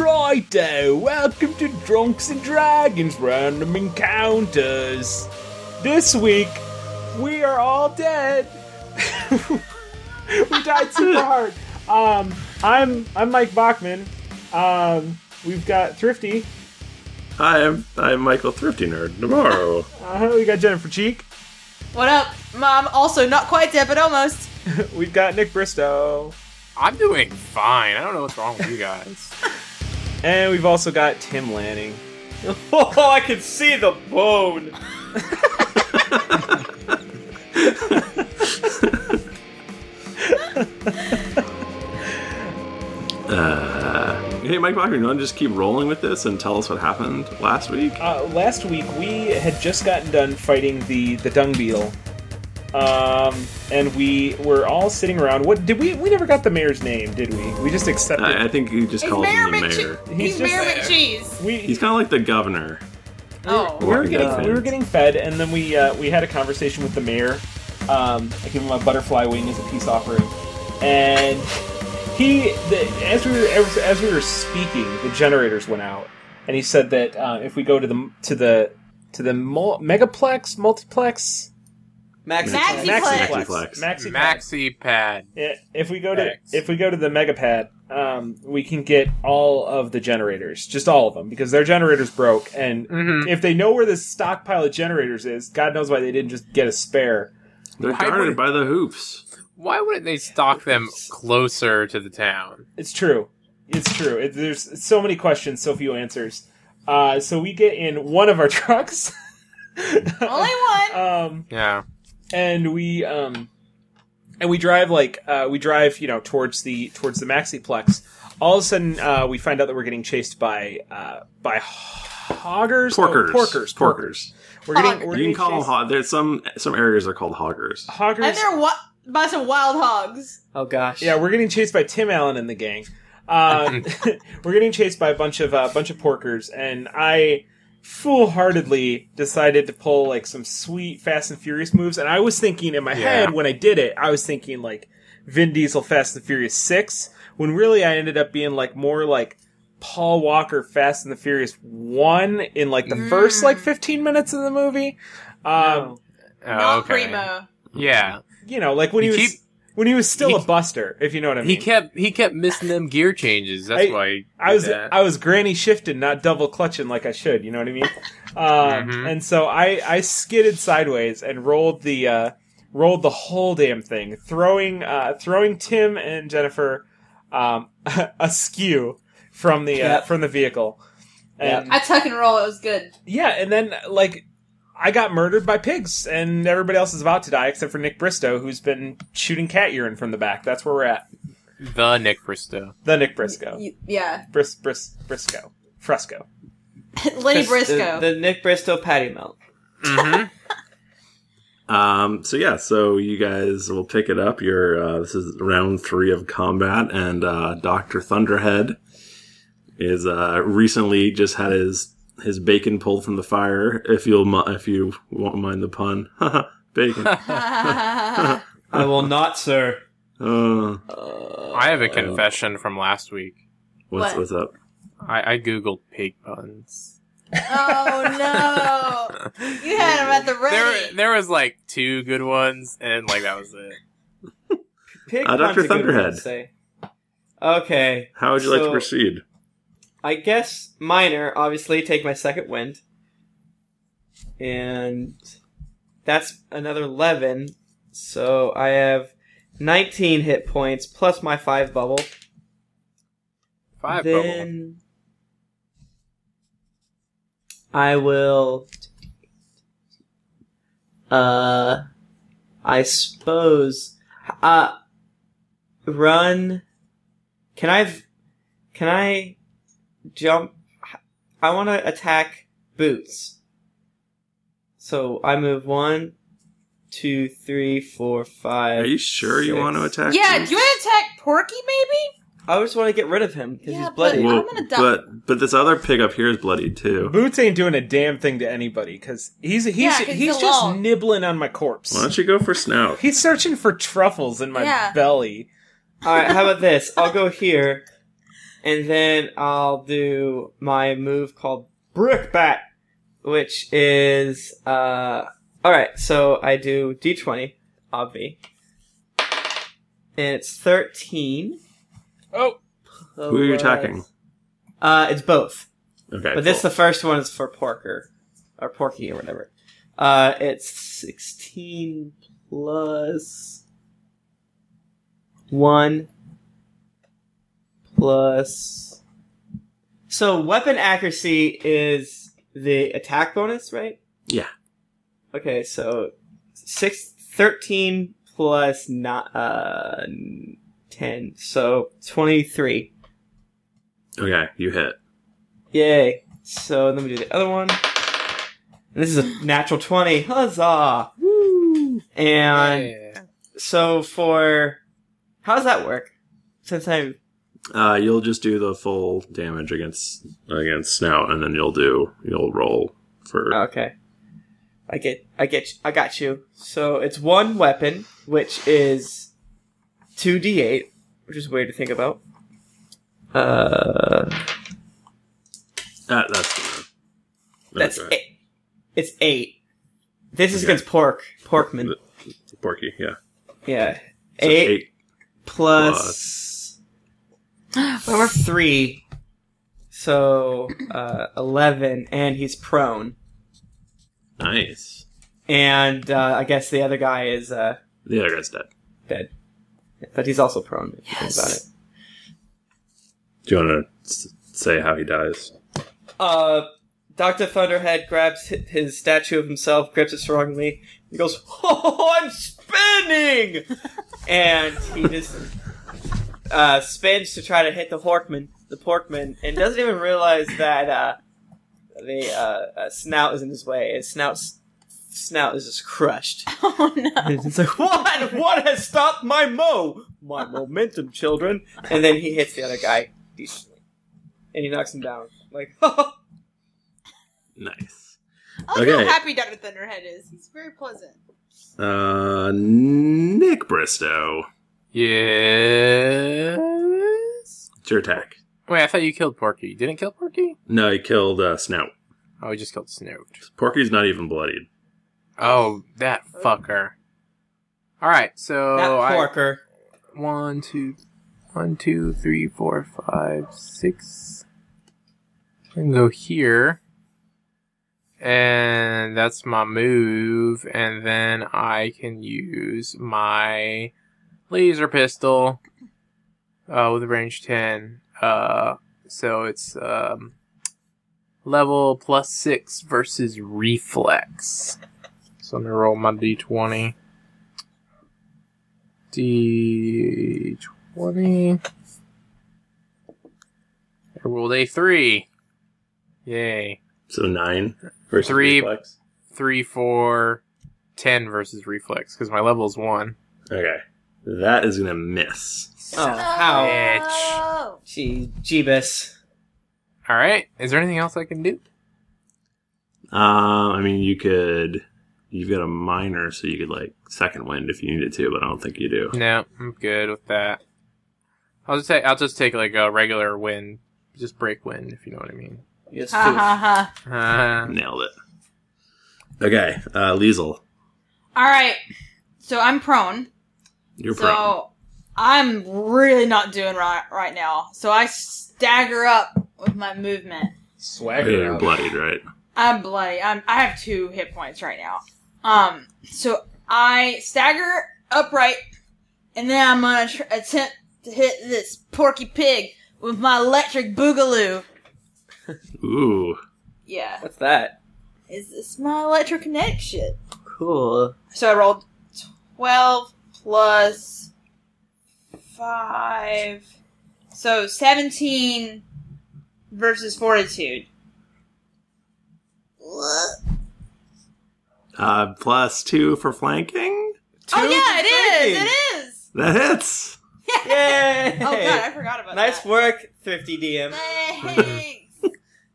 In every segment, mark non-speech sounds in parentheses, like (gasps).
righto, welcome to Drunks and Dragons Random Encounters. This week, we are all dead. (laughs) we died super hard. Um, I'm I'm Mike Bachman. Um, we've got Thrifty. Hi, I'm, I'm Michael Thrifty Nerd tomorrow. Uh, we got Jennifer Cheek. What up, Mom? Also, not quite dead, but almost. We've got Nick Bristow. (laughs) I'm doing fine. I don't know what's wrong with you guys. And we've also got Tim Lanning. Oh, I can see the bone. hey, Mike Bachman, you want to just keep rolling with this and tell us what happened last week? Uh, last week we had just gotten done fighting the the dung beetle, um, and we were all sitting around. What did we? We never got the mayor's name, did we? We just accepted. I, I think you just He's called Mayor him the mayor. McCheese. He's He's, just Mayor there. McCheese. we He's kind of like the governor. Oh. we were getting Yeah. we were getting fed, and then we uh, we had a conversation with the mayor. Um, I gave him a butterfly wing as a peace offering, and he the, as we were as, as we were speaking, the generators went out, and he said that uh, if we go to the to the to the mul- megaplex multiplex Max. Maxi- Maxiplex. maxiplex Maxi pad. Yeah, if we go to Thanks. if we go to the megapad, um, we can get all of the generators, just all of them, because their generators broke. And Mhm. if they know where this stockpile of generators is, God knows why they didn't just get a spare. They're Why guarded would- by the hoops. Why wouldn't they stock them closer to the town? It's true. It's true. It, there's so many questions, so few answers. Uh, so we get in one of our (laughs) trucks, Only Uh, one. um, Yeah. and we um, and we drive like uh, we drive you know towards the towards the maxiplex. All of a sudden, uh, we find out that we're getting chased by uh, by hoggers, Porkers. oh, porkers, Porkers. We're getting Hoggers. we're You getting can call them chased- hog. There's some some areas are called hoggers. hoggers. and they're wa- by some wild hogs. Oh gosh. yeah, we're getting chased by Tim Allen and the gang. (laughs) Uh, (laughs) we're getting chased by a bunch of uh, bunch of porkers, and I foolhardily decided to pull like some sweet Fast and Furious moves. And I was thinking in my Yeah. head when I did it, I was thinking like Vin Diesel Fast and Furious Six. When really I ended up being like more like Paul Walker Fast and the Furious One in like the first like fifteen minutes of the movie. Um, Oh, not okay. primo. Yeah. You know, like when he, He was keep- when he was still he- a buster, if you know what I mean. He kept he kept missing them gear changes. I- That's why he I did was that. I was granny shifted, not double clutching like I should. You know what I mean? Um, Mhm. And so I I skidded sideways and rolled the uh, rolled the whole damn thing, throwing uh, throwing Tim and Jennifer um, (laughs) askew from the uh, Yep. from the vehicle. And I tuck and roll. It was good. yeah, and then like I got murdered by pigs, and everybody else is about to die except for Nick Bristow, who's been shooting cat urine from the back. That's where we're at. the Nick Bristow. The Nick Briscoe, Y- Yeah, (laughs) Bris, Bris, Briscoe, Fresco. Lenny Chris- Briscoe. uh, The, the Nick Bristow patty melt. Mm-hmm. Um, so yeah, so you guys will pick it up. Your uh, this is round three of combat, and uh, Doctor Thunderhead is uh, recently just had his his bacon pulled from the fire. If you'll mi- if you won't mind the pun, (laughs) bacon. (laughs) I will not, sir. Uh, I have a confession from last week. what's What? what's up? I, I googled pig puns. oh no! You had him at the There ready. there was like two good ones and like that was it. Pig Uh, pun's Dr. a good one to Thunderhead. say. Okay. How would you like to So- proceed? I guess minor, obviously, take my second wind. And that's another 11. So I have 19 hit points plus my 5 bubble. Five bubble. then I will. Uh, I suppose. Uh, run. Can I? Can I jump? I want to attack boots. So I move one, two, three, four, five. Are you sure you six. want to attack? yeah, him? do you want to attack Porky? Maybe (laughs) I just want to get rid of him because Yeah, he's but- bloody. Well- Whoa, I'm gonna die. But but this other pig up here is bloody too. Boots ain't doing a damn thing to anybody because he's he's Yeah, 'cause he's, he's just alone. nibbling on my corpse. Why don't you go for snout? He's searching for truffles in my Yeah. belly. All right, how about this? I'll go here and then I'll do my move called Brickbat, which is uh all right. So I do d20, obvi, and it's 13. Oh. Who are you attacking? Uh, it's both, Okay. but this the first one is for Porker or Porky or whatever. Uh, it's 16 plus one plus. So weapon accuracy is the attack bonus, right? Yeah. Okay, so six, 13 plus not, uh, 10, so 23. okay, you hit. Yay. So let me do the other one. And this is a natural 20. Huzzah! Woo! And Yeah. so for. How does that work? Since I. Uh, you'll just do the full damage against against Snout, and then you'll do you'll roll for Okay. I get. I get. I got you. So it's one weapon, which is 2d8, which is weird to think about. Uh. that. That's good. That's. right. Eight. It's 8. This is Okay. against Pork. Porkman. Porky. Yeah, Yeah. So eight. plus- plus or three. So uh, eleven, and he's prone. Nice. And uh, I guess the other guy is uh, The other guy's dead. dead, but he's also prone. If you think about it. Yes. Do you want to s- say how he dies? Uh, Doctor Thunderhead grabs hi- his statue of himself, grips it strongly. He goes, "Oh, I'm spinning!" and he just uh, spins to try to hit the Horkman, the Porkman, and doesn't even realize that uh, the uh, uh, snout is in his way. His snout's snout is just crushed. Oh no. And (laughs) it's like, "What? What has stopped my mo? My momentum, children!" And then he hits the other guy decently, and he knocks him down. Like, (laughs) Nice. I like how Okay. happy Dr. Thunderhead is. He's very pleasant. Uh, Nick Bristow. Yes. It's your attack. Wait, I thought you killed Porky. You didn't kill Porky? No, he killed uh, Snout. Oh, he just killed Snoot. Porky's not even bloodied. Oh, that fucker. All right, Oh, so Not I- porker. one, two, one, two, three, four, five, six. I can go here, and that's my move, and then I can use my laser pistol uh, with a range ten. Uh, so it's um, level plus six versus reflex. So I'm gonna roll my d20. D twenty. I rolled a three. Yay. So nine versus Three. reflex. Three, four, ten versus reflex, because my level is one. Okay, that is gonna miss. Oh, how? Oh. Gee, Jeebus. Alright. Is there anything else I can do? Uh, I mean, you could. You've got a minor, so you could like second wind if you needed to, but I don't think you do. No, I'm good with that. I'll just take I'll just take like a regular wind. Just break wind, if you know what I mean. Yes, Ha ha ha. Uh, Nailed it. Okay, uh, Liesel, All right. So I'm prone. you're so prone. I'm really not doing right right now. So I stagger up with my movement. Yeah, Swagger. You're bloodied, right? I'm bloody. I'm. I have two hit points right now. Um. So I stagger upright, and then I'm gonna tr- attempt to hit this porky pig with my electric boogaloo. Ooh, Yeah. What's that? Is this my electrokinetic shit? Cool. So I rolled 12 plus 5. So 17 versus fortitude. uh, plus two for flanking. oh, yeah, it is. Two It is. That hits. Yay! (laughs) Oh, God, I forgot about nice that. work, Thrifty DM. (laughs) Thanks.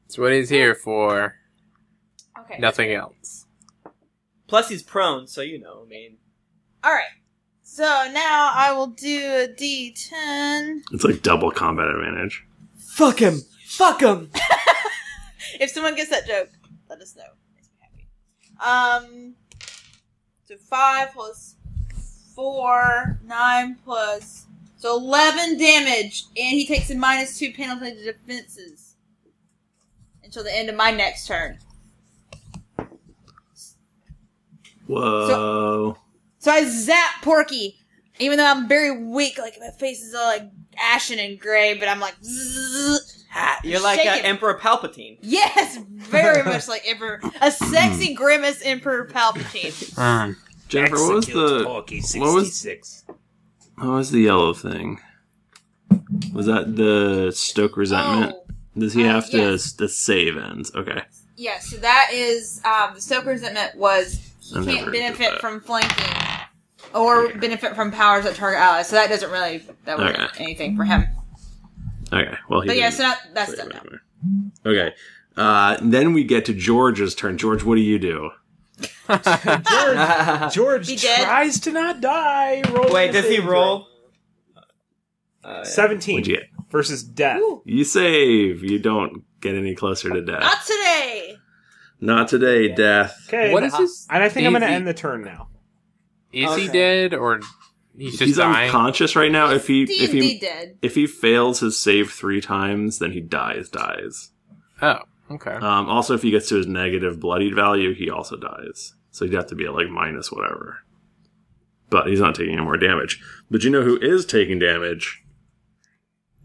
that's what he's here for. okay. Nothing else. Plus, he's prone, so you know. I mean, All right. So now I will do a D10. It's like double combat advantage. Fuck him! Fuck him! If someone gets that joke, let us know. Makes me happy. Um, so five plus four, nine plus so eleven damage, and he takes a minus two penalty to defenses until the end of my next turn. Whoa. So I zap Porky, even though I'm very weak. Like my face is all like ashen and gray, but I'm like, zzz, ah, You're like uh, shaking. Emperor Palpatine. (laughs) yes, very much like Emperor, a Hmm. sexy grimace Emperor Palpatine. (laughs) Um, Jennifer, what was the what was- what was the yellow thing? Was that the Stoke resentment? Oh. Does he uh, have to yes. the save ends? Okay. Yeah, so that is um, the Stoker resentment was I he can't never did benefit that. from flanking or benefit from powers that target allies. So that doesn't really that wasn't Okay. anything for him. Okay. Well, he But yeah, didn't so that, that's save done now. anywhere. Okay. Uh, then we get to George's turn. George, what do you do? George, Ah! (laughs) He George dead? tries to not die. rolling Wait, a does he saving roll? Uh, throw. What'd Seventeen you get? versus death. Woo. You save. You don't get any closer to death. Not today. Not today, death. Okay, what is this? And I think I'm going to Daisy- end the turn now. Is he Okay. dead or he's just He's dying? unconscious right now. If he D if and D he dead. if he fails his save three times, then he dies. Dies. oh, okay. Um, also, if he gets to his negative bloodied value, he also dies. So he'd have to be at like minus whatever. But he's not taking any more damage. But you know who is taking damage?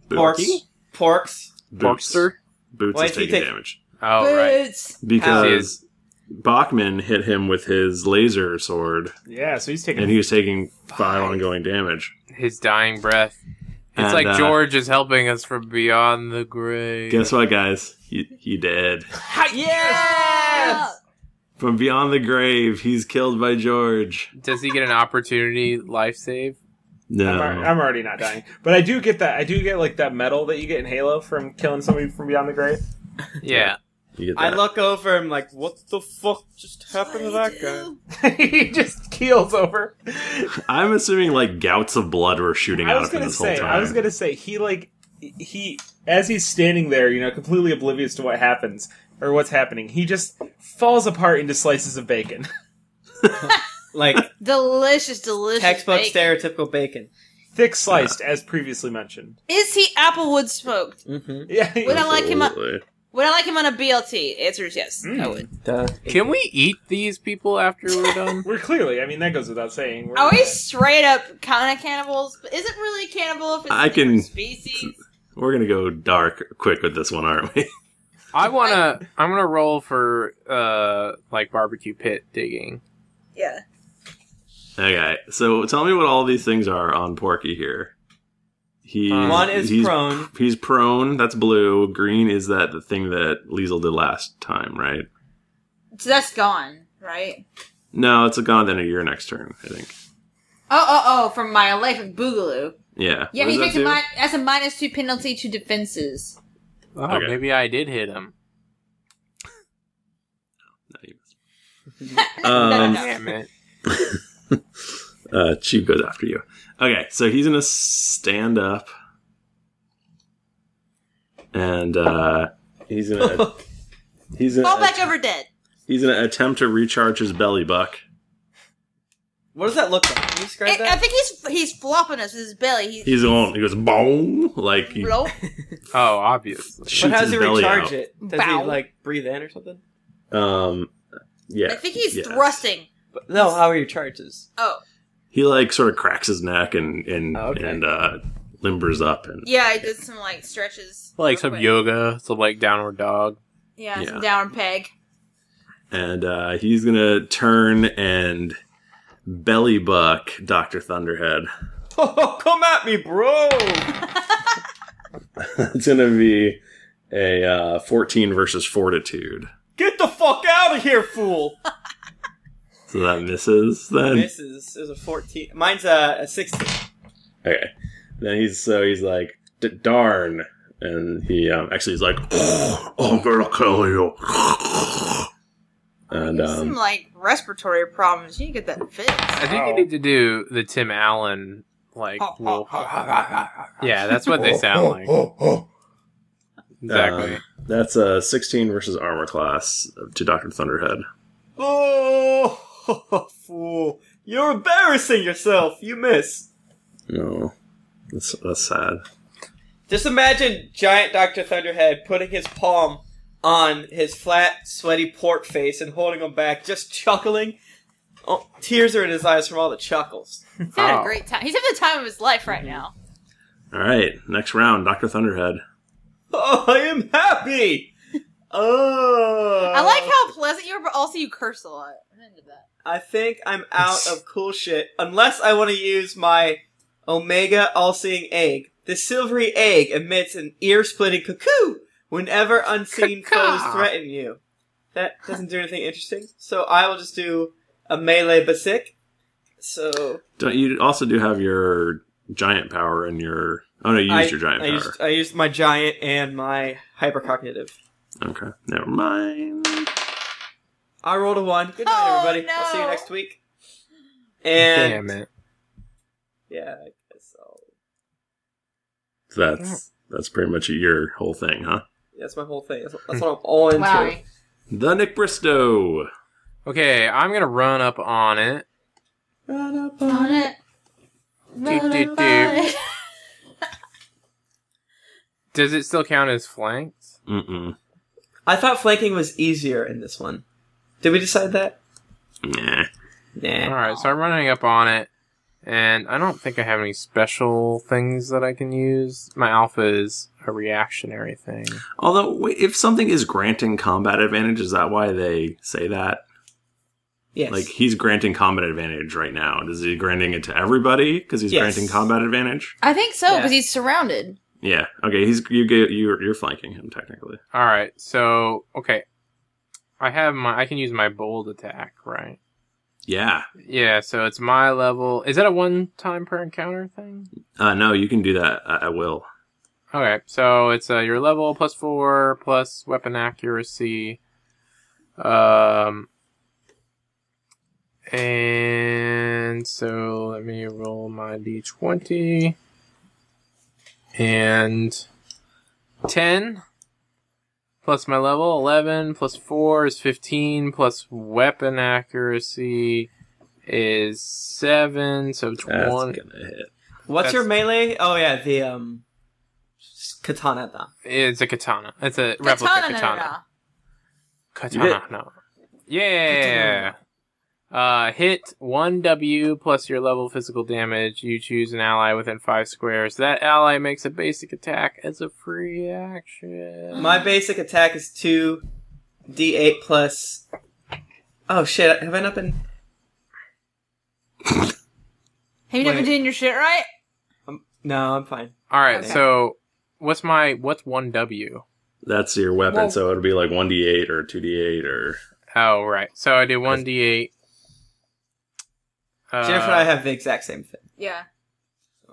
Porks. Porks. Boots. Porkster. Boots Why is is he taking taking- damage Oh right. Boots. because Bachman hit him with his laser sword, Yeah, so he's and taking. he was taking five ongoing damage. His dying breath. It's And, like uh, George is helping us from beyond the grave. Guess what, guys? He, he dead. Yes! From beyond the grave, he's killed by George. Does he get an opportunity life save? No. I'm, alre- I'm already not dying, but I do get that. I do get like that medal that you get in Halo from killing somebody from beyond the grave. Yeah. you get I that. look over and I'm like, what the fuck just happened to that (laughs) guy? he just keels over. I'm assuming like gouts of blood were shooting I out was of him gonna this say, whole time. I was gonna say, he like he as he's standing there, you know, completely oblivious to what happens or what's happening. He just falls apart into slices of bacon. (laughs) (laughs) (laughs) (laughs) Like, Delicious, delicious. textbook bacon. stereotypical bacon. Thick sliced, as previously mentioned. Is he Applewood smoked? Mm-hmm. Yeah, Would I like him? On, Absolutely. would I like him on a BLT? Answer is yes. I would. Can we eat these people after we're done? (laughs) we're clearly. I mean, that goes without saying. We're Are we straight up kind of cannibals? But isn't really a cannibal if it's a I different can- species. We're gonna go dark quick with this one, aren't we? (laughs) I wanna I'm gonna roll for uh like barbecue pit digging. Yeah. okay. So tell me what all these things are on Porky here. He Um, One is he's, prone. He's prone. That's blue. Green is that the thing that Liesel did last time, right? So that's gone, right? No, it's a gone then a year next turn. I think. Oh, oh, oh! From my electric boogaloo. Yeah. Yeah, What he does takes that a do? mi- that's a minus two penalty to defenses. Oh, Okay. maybe I did hit him. No, you missed. No, no, Um, (laughs) no. Damn it. Uh, Chew goes after you. Okay, so he's gonna stand up, and uh, he's (laughs) gonna he's Fall gonna back over dead. he's gonna attempt to recharge his belly buck. What does that look like? Can you describe I- I that? think he's he's flopping us with his belly. He's, He's on. He goes boom, like he blow. Oh, obviously. shoots But how does his he belly recharge out. it? Does Bow. he, like, breathe in or something? Um, yeah, I think he's yes. thrusting. But, no, how he recharges. Oh, He like sort of cracks his neck and and Oh, okay. and uh, limbers up and yeah, I did some like stretches. Like real some quick. yoga, some like downward dog. Yeah, Yeah. some down peg. and uh, he's gonna turn and belly buck Doctor (laughs) Thunderhead. (laughs) Oh, come at me, bro! It's gonna be a uh, 14 versus fortitude. Get the fuck out of here, fool! So that misses then. This is, is a 14. Mine's a, a 16. Okay. Then he's so he's like D- darn, and he um, actually he's like "Oh, I'm gonna kill you. And some um, like respiratory problems. You need to get that fixed. I think you Oh. need to do the Tim Oh, (laughs) Uh. Oh, Allen like wolf. Yeah, that's what they sound like. Exactly. Uh, that's a 16 versus armor class to Doctor Thunderhead. Oh, (laughs) fool! You're embarrassing yourself. You miss. No, that's that's sad. Just imagine giant Doctor Thunderhead putting his palm on his flat, sweaty pork face and holding him back, just chuckling. Oh, tears are in his eyes from all the chuckles. He's having Oh. a great time. He's having the time of his life right now. All right, next round, Doctor Thunderhead. Oh, (laughs) I am happy. Oh, I like how pleasant you are, but also you curse a lot. I'm into that. I think I'm out of cool shit unless I want to use my Omega All-Seeing Egg. The silvery egg emits an ear-splitting cuckoo whenever unseen Caw-caw. foes threaten you. That doesn't do anything interesting, so I will just do a melee basic. So Don't you also do have your giant power and your? Oh no, you used I, your giant I power. used, I used my giant and my hypercognitive. Okay, never mind. I rolled a one. Good night, Oh, everybody. I'll see you no. next week. And Damn it. yeah, I guess I'll, So that's that's pretty much your whole thing, huh? that's my whole thing. That's, that's what I'm all into. Wow. The Nick Bristow. Okay, I'm gonna run up on it. On it. Do, do, do. Does it still count as flanked? Mm-mm. I thought flanking was easier in this one. Did we decide that? Nah. All Nah. right, so I'm running up on it, and I don't think I have any special things that I can use. My alpha is a reactionary thing. Although, wait, if something is granting combat advantage, is that why they say that? Yes. Like he's granting combat advantage right now. Is he granting it to everybody because he's Yes. granting combat advantage? I think so Yeah. because he's surrounded. Yeah. Okay. He's you get you're you're flanking him technically. All right, so okay, I have my I can use my bold attack, right? Yeah. Yeah, so it's my level. Is that a one time per encounter thing? Uh, no, you can do that. I, I will. Okay, so it's uh, your level plus four plus weapon accuracy, um, and so let me roll my d twenty and ten plus my level eleven plus four is fifteen plus weapon accuracy is seven, so That's twenty. gonna hit. What's that's- your melee? Oh yeah, the um s- katana. da. It's a katana. It's a replica Katana, no, no, katana. no. You Katana. No. Yeah. Uh, hit one W plus your level physical damage. You choose an ally within five squares. That ally makes a basic attack as a free action. My basic attack is two D eight plus Oh shit, have I not been Have you Wait. never doing your shit right? um, no, I'm fine. All right. Okay. So what's my what's one W? That's your weapon, Well- so it'll be like one d eight or two d eight or Oh right. So I do one D eight. Uh, Jennifer and I have the exact same thing. Yeah.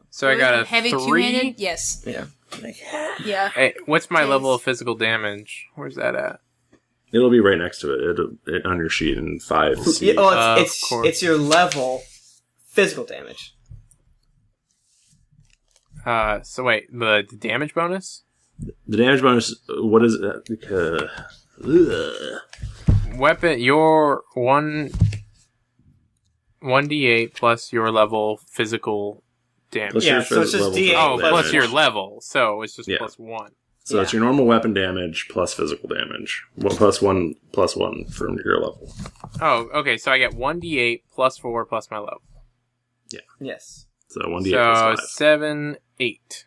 so I got a heavy three. two-handed. Yes. Yeah. (laughs) Yeah. Hey, what's my Jeez. level of physical damage? Where's that at? it'll be right next to it. It'll it, on your sheet in five. Yeah, C. oh uh, Of it's it's, course. it's your level physical damage. Uh, so wait, the, the damage bonus. The damage bonus. What is that? Because ugh. weapon your one one d eight plus your level physical damage. Plus Yeah, your so it's phys- just level D8 oh, physical plus plus damage. your level, so it's just Yeah. plus one. So it's your normal weapon damage plus physical damage. One plus one plus one from your level. Oh, okay, so I get one d eight plus four plus my level, Yes. So one d eight so plus five. seven eight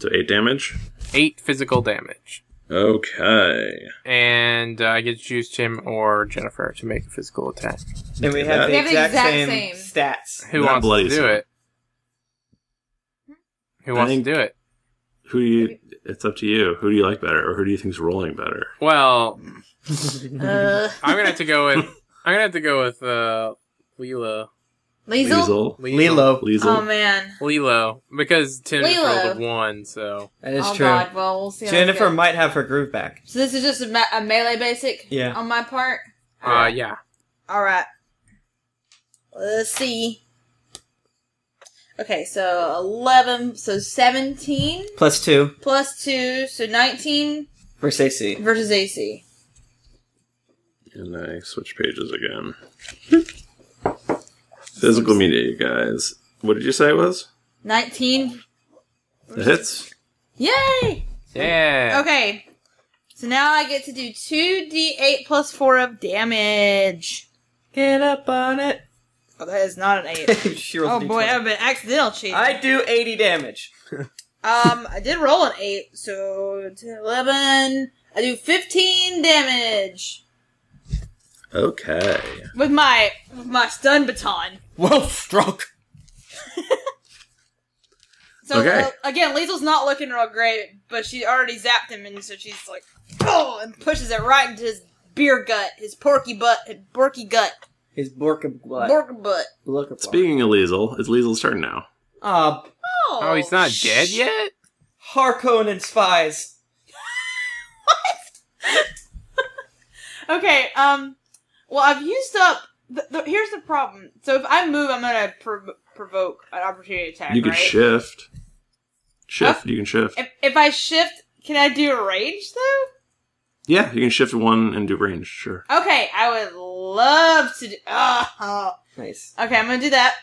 So eight damage. eight physical damage, Okay. and uh, I get to choose Tim or Jennifer to make a physical attack. And we We have, the, have the exact exact same. same, stats. Who Not wants bloody to do so. it? Who I wants think- to do it? Who do you? It's up to you. Who do you like better, or who do you think's rolling better? Well, Uh, I'm gonna have to go with (laughs) I'm gonna have to go with uh, Leela. Liesel? Lilo. Oh Liesel. man. Lilo, because Tim just Lilo. rolled a one, so That is oh true. god. Well, we'll see. how this Jennifer goes. might have her groove back. So this is just a, me- a melee basic. Yeah. On my part. uh, yeah. All right. Let's see. Okay, so 11, so 17 Plus two plus 2, so 19 versus AC. versus AC. And I switch pages again. (laughs) Physical media, you guys. What did you say it was? 19. The hits? Yay! Yeah. Okay, so now I get to do 2d8 plus 4 of damage. Get up on it. Oh, that is not an 8. (laughs) she rolls oh a boy, D20. I've been accidental cheating. I do 80 (laughs) damage. Um, I did roll an 8, so 10, 11. I do 15 damage Okay. with my with my stun baton. Well struck. So Okay. uh, again, Liesl's not looking real great, but she already zapped him, and so she's like, oh, and pushes it right into his beer gut, his porky butt, his porky gut, His Borka blood. pork butt. Look at Speaking of Liesel, it's Liesel's turn now. Ah, Oh, Oh, he's not dead yet. Harkonnen and spies. Okay. Um. Well, I've used up. The, the, here's the problem. So if I move, I'm gonna prov- provoke an opportunity attack. You can right? shift. Shift, you can shift. If, if I shift, can I do a range though? Yeah, you can shift one and do range, sure. Okay, I would love to. Do, oh. Nice. Okay, I'm gonna do that,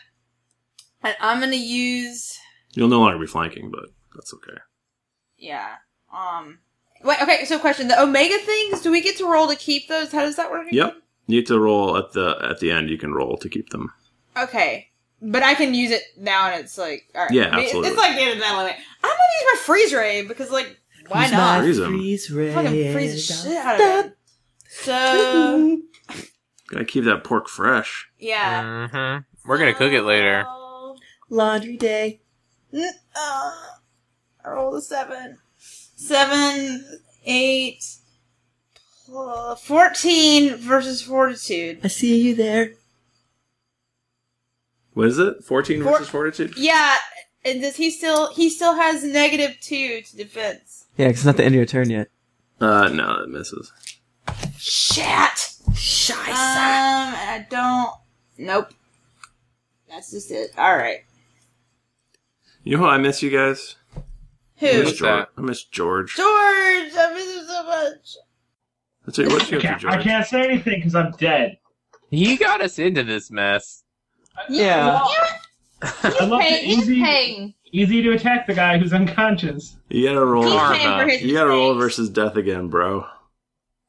and I'm gonna use. You'll no longer be flanking, but that's okay. Yeah. Um. Wait. Okay. So, question: the omega things. Do we get to roll to keep those? How does that work? again? Yep. You need to roll at the at the end you can roll to keep them. Okay. But I can use it now, and it's like, all right. Yeah, I mean, absolutely. It's like the end of that limit. I'm gonna use my freeze ray because, like, why not? Freeze 'em. Freeze Fucking freeze the shit out of it. So Gotta keep that pork fresh. yeah, Oh. hmm We're gonna cook it later. So- (laughs) Laundry day. N- uh, I rolled a seven. Seven, eight, pl- 14 versus fortitude. I see you there. What is it? Fourteen Four- versus fortitude? Yeah, and does he still, he still has negative two to defense. Yeah, 'cause it's not the end of your turn yet. Uh no, that misses. Shat! Um, and I don't, nope. That's just it. Alright. You know who I miss you guys? I Who? miss George. Who's that? I miss George. George! I miss him so much! I'll tell you what you I have can't, to George. I can't say anything because I'm dead. He got us into this mess. Yeah. I love the easy, paying. easy to attack the guy who's unconscious. You gotta roll. He's Karma. paying for his You gotta roll mistakes. versus death again, bro.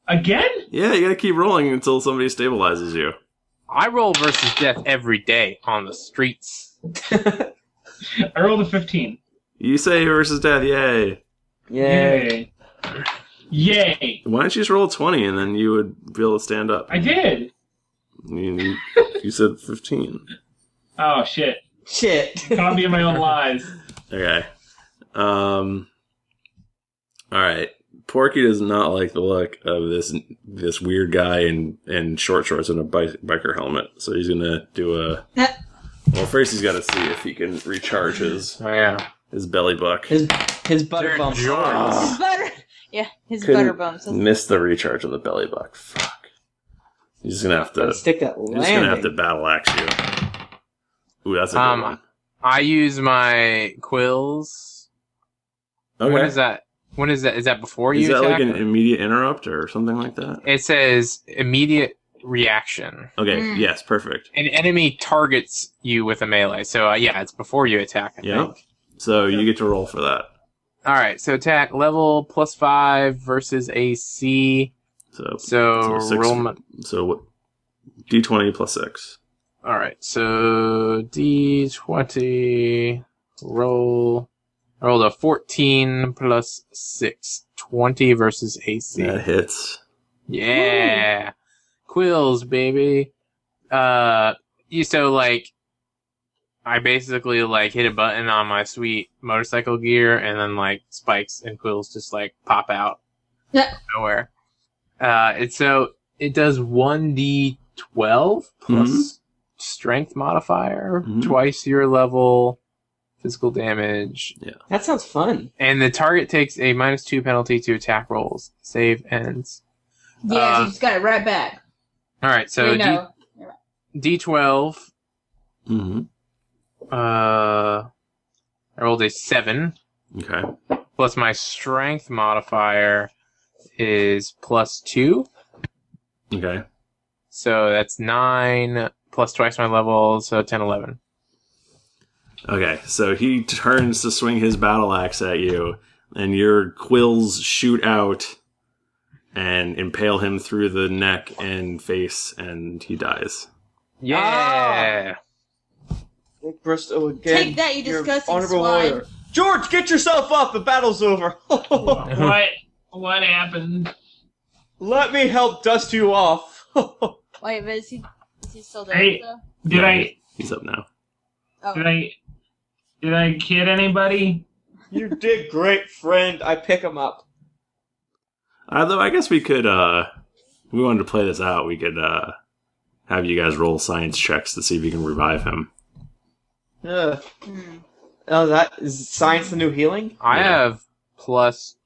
Again? Yeah, you gotta keep rolling until somebody stabilizes you. I roll versus death every day on the streets. I rolled a 15. You say versus death, yay. Yeah. Yay. Yay. Why don't you just roll 20 and then you would be able to stand up? I did. You, you said 15. Oh, shit. Shit. (laughs) Caught me in my own lies. Okay. Um. Alright. Porky does not like the look of this this weird guy in, in short shorts and a bike, biker helmet. So he's gonna do a. Well, first he's gotta see if he can recharge his, Oh, yeah. his belly buck. his his butter bump. (laughs) Ah. His (laughs) butter. Yeah, his Couldn't- butter bumps. Missed the recharge of the belly buck. Fuck. He's just gonna have to. He's Stick that just gonna have landing. to battle axe you. Ooh, that's a good Um, one. I use my quills. Okay. When is that? When is that? Is that before you Is that attack? like an immediate interrupt or something like that? it says immediate reaction. Okay. Mm. Yes. Perfect. An enemy targets you with a melee. So uh, yeah, it's before you attack. I Yeah. think. So you get to roll for that. All right. So attack level plus five versus AC. So So So, six- roll. My, so what? D twenty plus six. all right. So D twenty roll. I rolled a 14 plus 6, 20 versus AC. That hits. Yeah. Quills, baby. Uh you so like I basically like hit a button on my sweet motorcycle gear and then like spikes and quills just like pop out Yeah. nowhere. Uh and so it does one D twelve plus strength modifier, Mhm. twice your level, physical damage, That sounds fun. and the target takes a minus two penalty to attack rolls, save ends. Yeah, uh, she just got it right back. Alright, so we D know. D twelve Mm-hmm. Uh, I rolled a seven. Okay. Plus my strength modifier is plus two. Okay. So that's nine plus twice my level, so 10, 11. Okay. So he turns to swing his battle axe at you, and your quills shoot out and impale him through the neck and face, and he dies. Yeah. Nick Bristow again. Take that, you your disgusting honorable swine. warrior. George, get yourself up. The battle's over. (laughs) what? What happened? Let me help dust you off. (laughs) Wait, but is he, is he still dead? Hey. though? Did I? He's up now. Oh. Did I? Did I kid anybody? you did great, friend. I pick him up. Although I guess we could, uh, if we wanted to play this out. We could uh, have you guys roll science checks to see if you can revive him. Ugh. Hmm. Oh, that is science the new healing? I Yeah. have plus.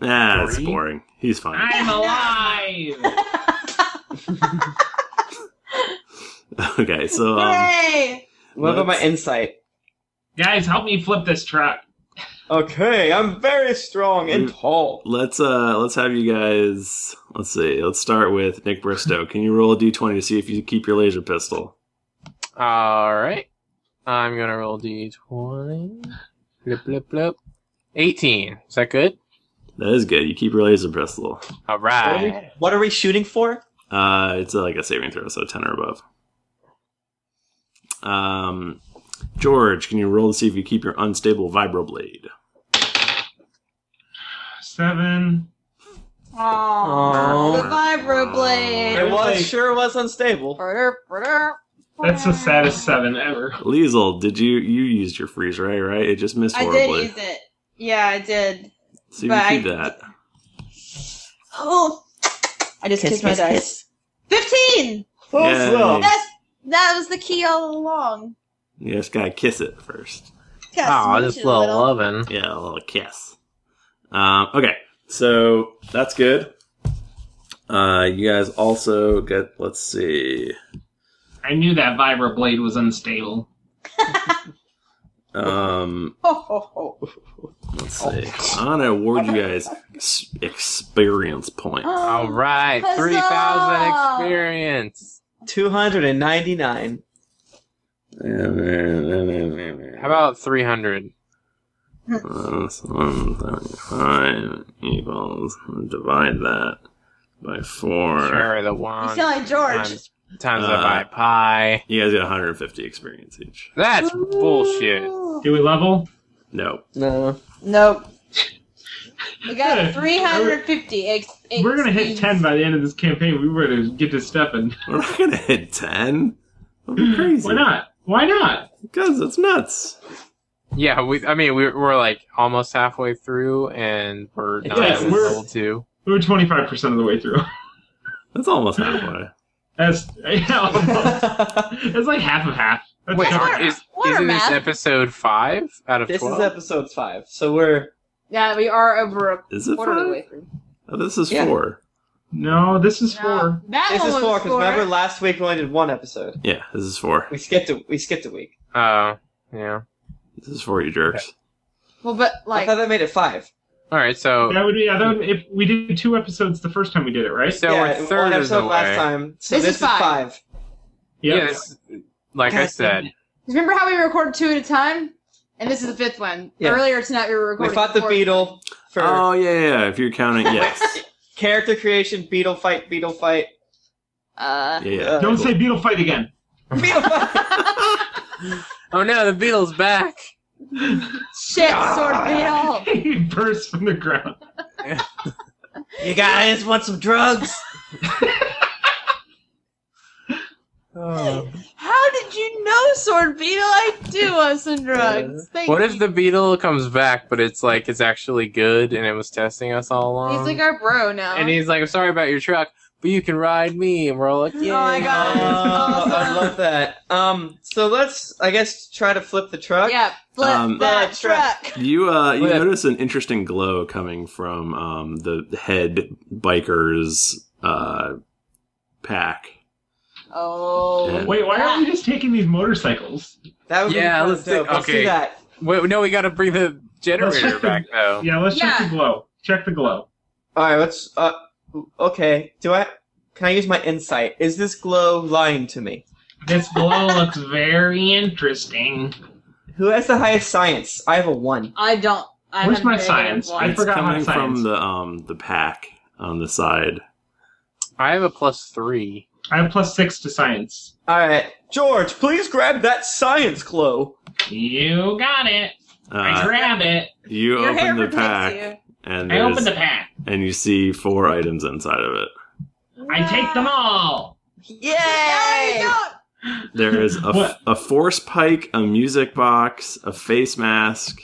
Nah, it's Three? boring. He's fine. (laughs) I'm alive. (laughs) okay, so um, Yay! What about my Let's- insight? Guys, help me flip this truck. Okay, I'm very strong and Mm. tall. let's uh let's have you guys. Let's see. Let's start with Nick Bristow. Can you roll a d20 to see if you keep your laser pistol? Alright. I'm gonna roll d20. Blip, blip, blip. 18. Is that good? That is good. You keep your laser pistol. What are, we, Alright. what are we shooting for? Uh, it's uh, like a saving throw, so 10 or above. Um, George, can you roll to see if you keep your unstable vibroblade? Seven. Aww. The It vibroblade. was Like- sure was unstable. That's the saddest seven ever. Liesel, did you you used your freeze ray, right? It just missed I did horribly. use it. Yeah, I did. so you but keep I- that. Oh, I just kissed my dice. Fifteen. Close though. Yay. That's that was the key all along. You just gotta kiss it first. Aw, just little 11. Yeah, a little kiss. Um, okay, so that's good. Uh, you guys also get. Let's see. I knew that vibroblade was unstable. Um, Ho, ho, ho. let's see. I'm gonna award you guys s- experience points. Alright. Huzzah! 3,000 experience. 299. How about 300? Plus one seventy-five equals divide that by four. Sure, the You one. sound like George. times times Uh, that by pi. You guys get 150 experience each. That's bullshit. Do we level? No. No. (laughs) Nope. We got Yeah. 350. Ex- If we're gonna hit ten by the end of this campaign. We were to get to stepping. We're not going to hit 10. That'd be crazy. Why not? Why not? Because it's nuts. Yeah, we. I mean, we're, we're like almost halfway through, and we're not Yeah, even we're- level two. We were twenty five percent of the way through. (laughs) That's almost halfway. That's yeah, almost. this (laughs) that's like half of half. That's Wait, covered. our- is, what isn't are this math? episode five out of is twelve? episode 5, so we're. Yeah, we are over a Is it quarter of the five? way through. Oh, this is Yeah. four. no, this is No, four. that This one is was 4, because four. remember last week we only did one episode. Yeah, this is four. We skipped a, we skipped a week. Oh, yeah. This is four, you jerks. Well, but I like, thought that made it 5. All right, so That would be. Yeah, that would, if we did two episodes the first time we did it, right? so yeah, we're one third of episode the way. last time, so This is this, is five. 5. Yep. Yes, like I God said, remember how we recorded two at a time? And this is the fifth one. Yeah. Earlier tonight we were We recording. fought the four. beetle for Um, Oh, yeah, yeah, yeah. If you're counting, yes. (laughs) character creation, beetle fight, beetle fight. (laughs) (laughs) Uh, Yeah, yeah. Uh, Don't say beetle fight again. (laughs) Beetle fight! oh no, the beetle's back. shit, sword beetle. he bursts from the ground. you guys want some drugs? How did you know sword beetle? I do have some drugs. Thank What if you. the beetle comes back, but it's like it's actually good, and it was testing us all along? He's like our bro now. and he's like, "I'm sorry about your truck, but you can ride me," and we're all like, (laughs) Oh my "Yeah." God, that's Oh, I awesome. love that. Um, so let's, I guess, try to flip the truck. yeah, flip Um, that That truck. truck. You uh, you Yeah. notice an interesting glow coming from um, the head biker's uh, pack. Oh. Yeah. Wait, why aren't we just taking these motorcycles? That would Yeah, be let's kinda dope. do- Let's okay. do that. Wait, no, we gotta bring the generator back though. Yeah, let's Yeah. check the glow. Check the glow. All right, let's. Uh, okay, do I? Can I use my insight? Is this glow lying to me? This glow looks very interesting. Who has the highest science? I have a one. I don't. I Where's have my negative science? one. I it's forgot how to coming science. from the um the pack on the side. I have a plus three. I have plus six to science. All right, George, please grab that science glow. You got it. I Uh, grab it. you Your hair open the protects pack you. and I open there's the pack. and you see four items inside of it. I take them all. Yay! Yay! Don't. There is a, f- What? a force pike, a music box, a face mask,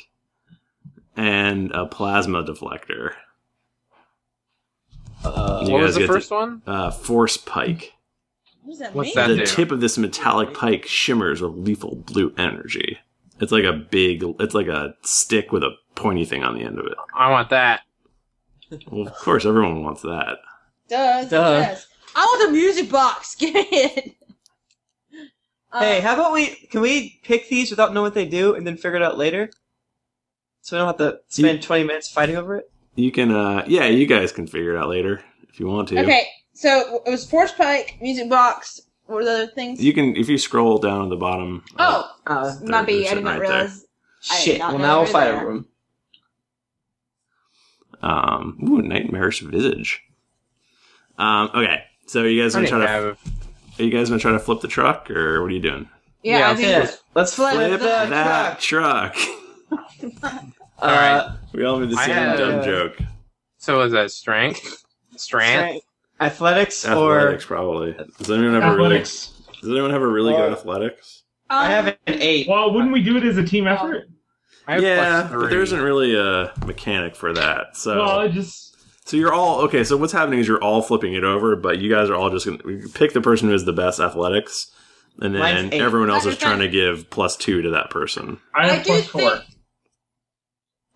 and a plasma deflector. Uh, You what guys was the get to- first one? Uh, force pike. What does that What's mean? that? the do. tip of this metallic pike shimmers with lethal blue energy. It's like a big, it's like a stick with a pointy thing on the end of it. I want that. Well, of course, everyone wants that. Does. Duh. Does. I want the music box. (laughs) Give me it. Uh, hey, how about we? Can we pick these without knowing what they do and then figure it out later? So we don't have to spend twenty minutes fighting over it. You can, uh, yeah, you guys can figure it out later if you want to. Okay, so it was Force Pike, Music Box. What were the other things? You can, if you scroll down to the bottom. uh, oh, Uh, they're- my B. they're I did sitting not right realize. I did shit. not Well, know now I'll they were fight there. over them. Um, ooh, nightmarish visage. Um, okay, so you guys I gonna didn't try to? have- Are you guys gonna try to flip the truck, or what are you doing? Yeah, I think. Yeah, let's flip, Flip the that That truck. truck. (laughs) All right. we all made the I same had- dumb joke. So is that strength? Strength. Athletics or Athletics, probably. Does anyone have a really? Athletics. Does anyone have a really Or- good athletics? I Um, have an eight. Well, wouldn't we do it as a team effort? I have yeah, plus three. but there isn't really a mechanic for that. So, Well, it just so you're all okay. So what's happening is you're all flipping it over, but you guys are all just gonna you pick the person who has the best athletics, and Mine's then eight. everyone else is Mine's trying to give plus two to that person. I I have do plus four. think.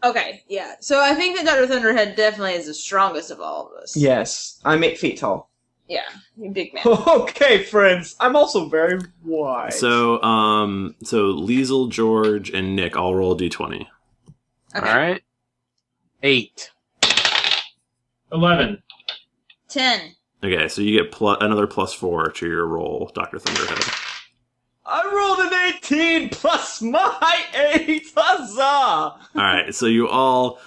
Okay, yeah. So I think that Dr. Thunderhead definitely is the strongest of all of us. Yes, I'm eight feet tall. Yeah, you big (laughs) man. Okay, friends. I'm also very wide. So, um, so Liesel, George, and Nick all roll d d20. Okay. All right. Eight. Eleven. 10. Okay, so you get pl- another plus four to your roll, Doctor Thunderhead. I rolled an 18 plus my (laughs) 8. Huzzah! All right, so you all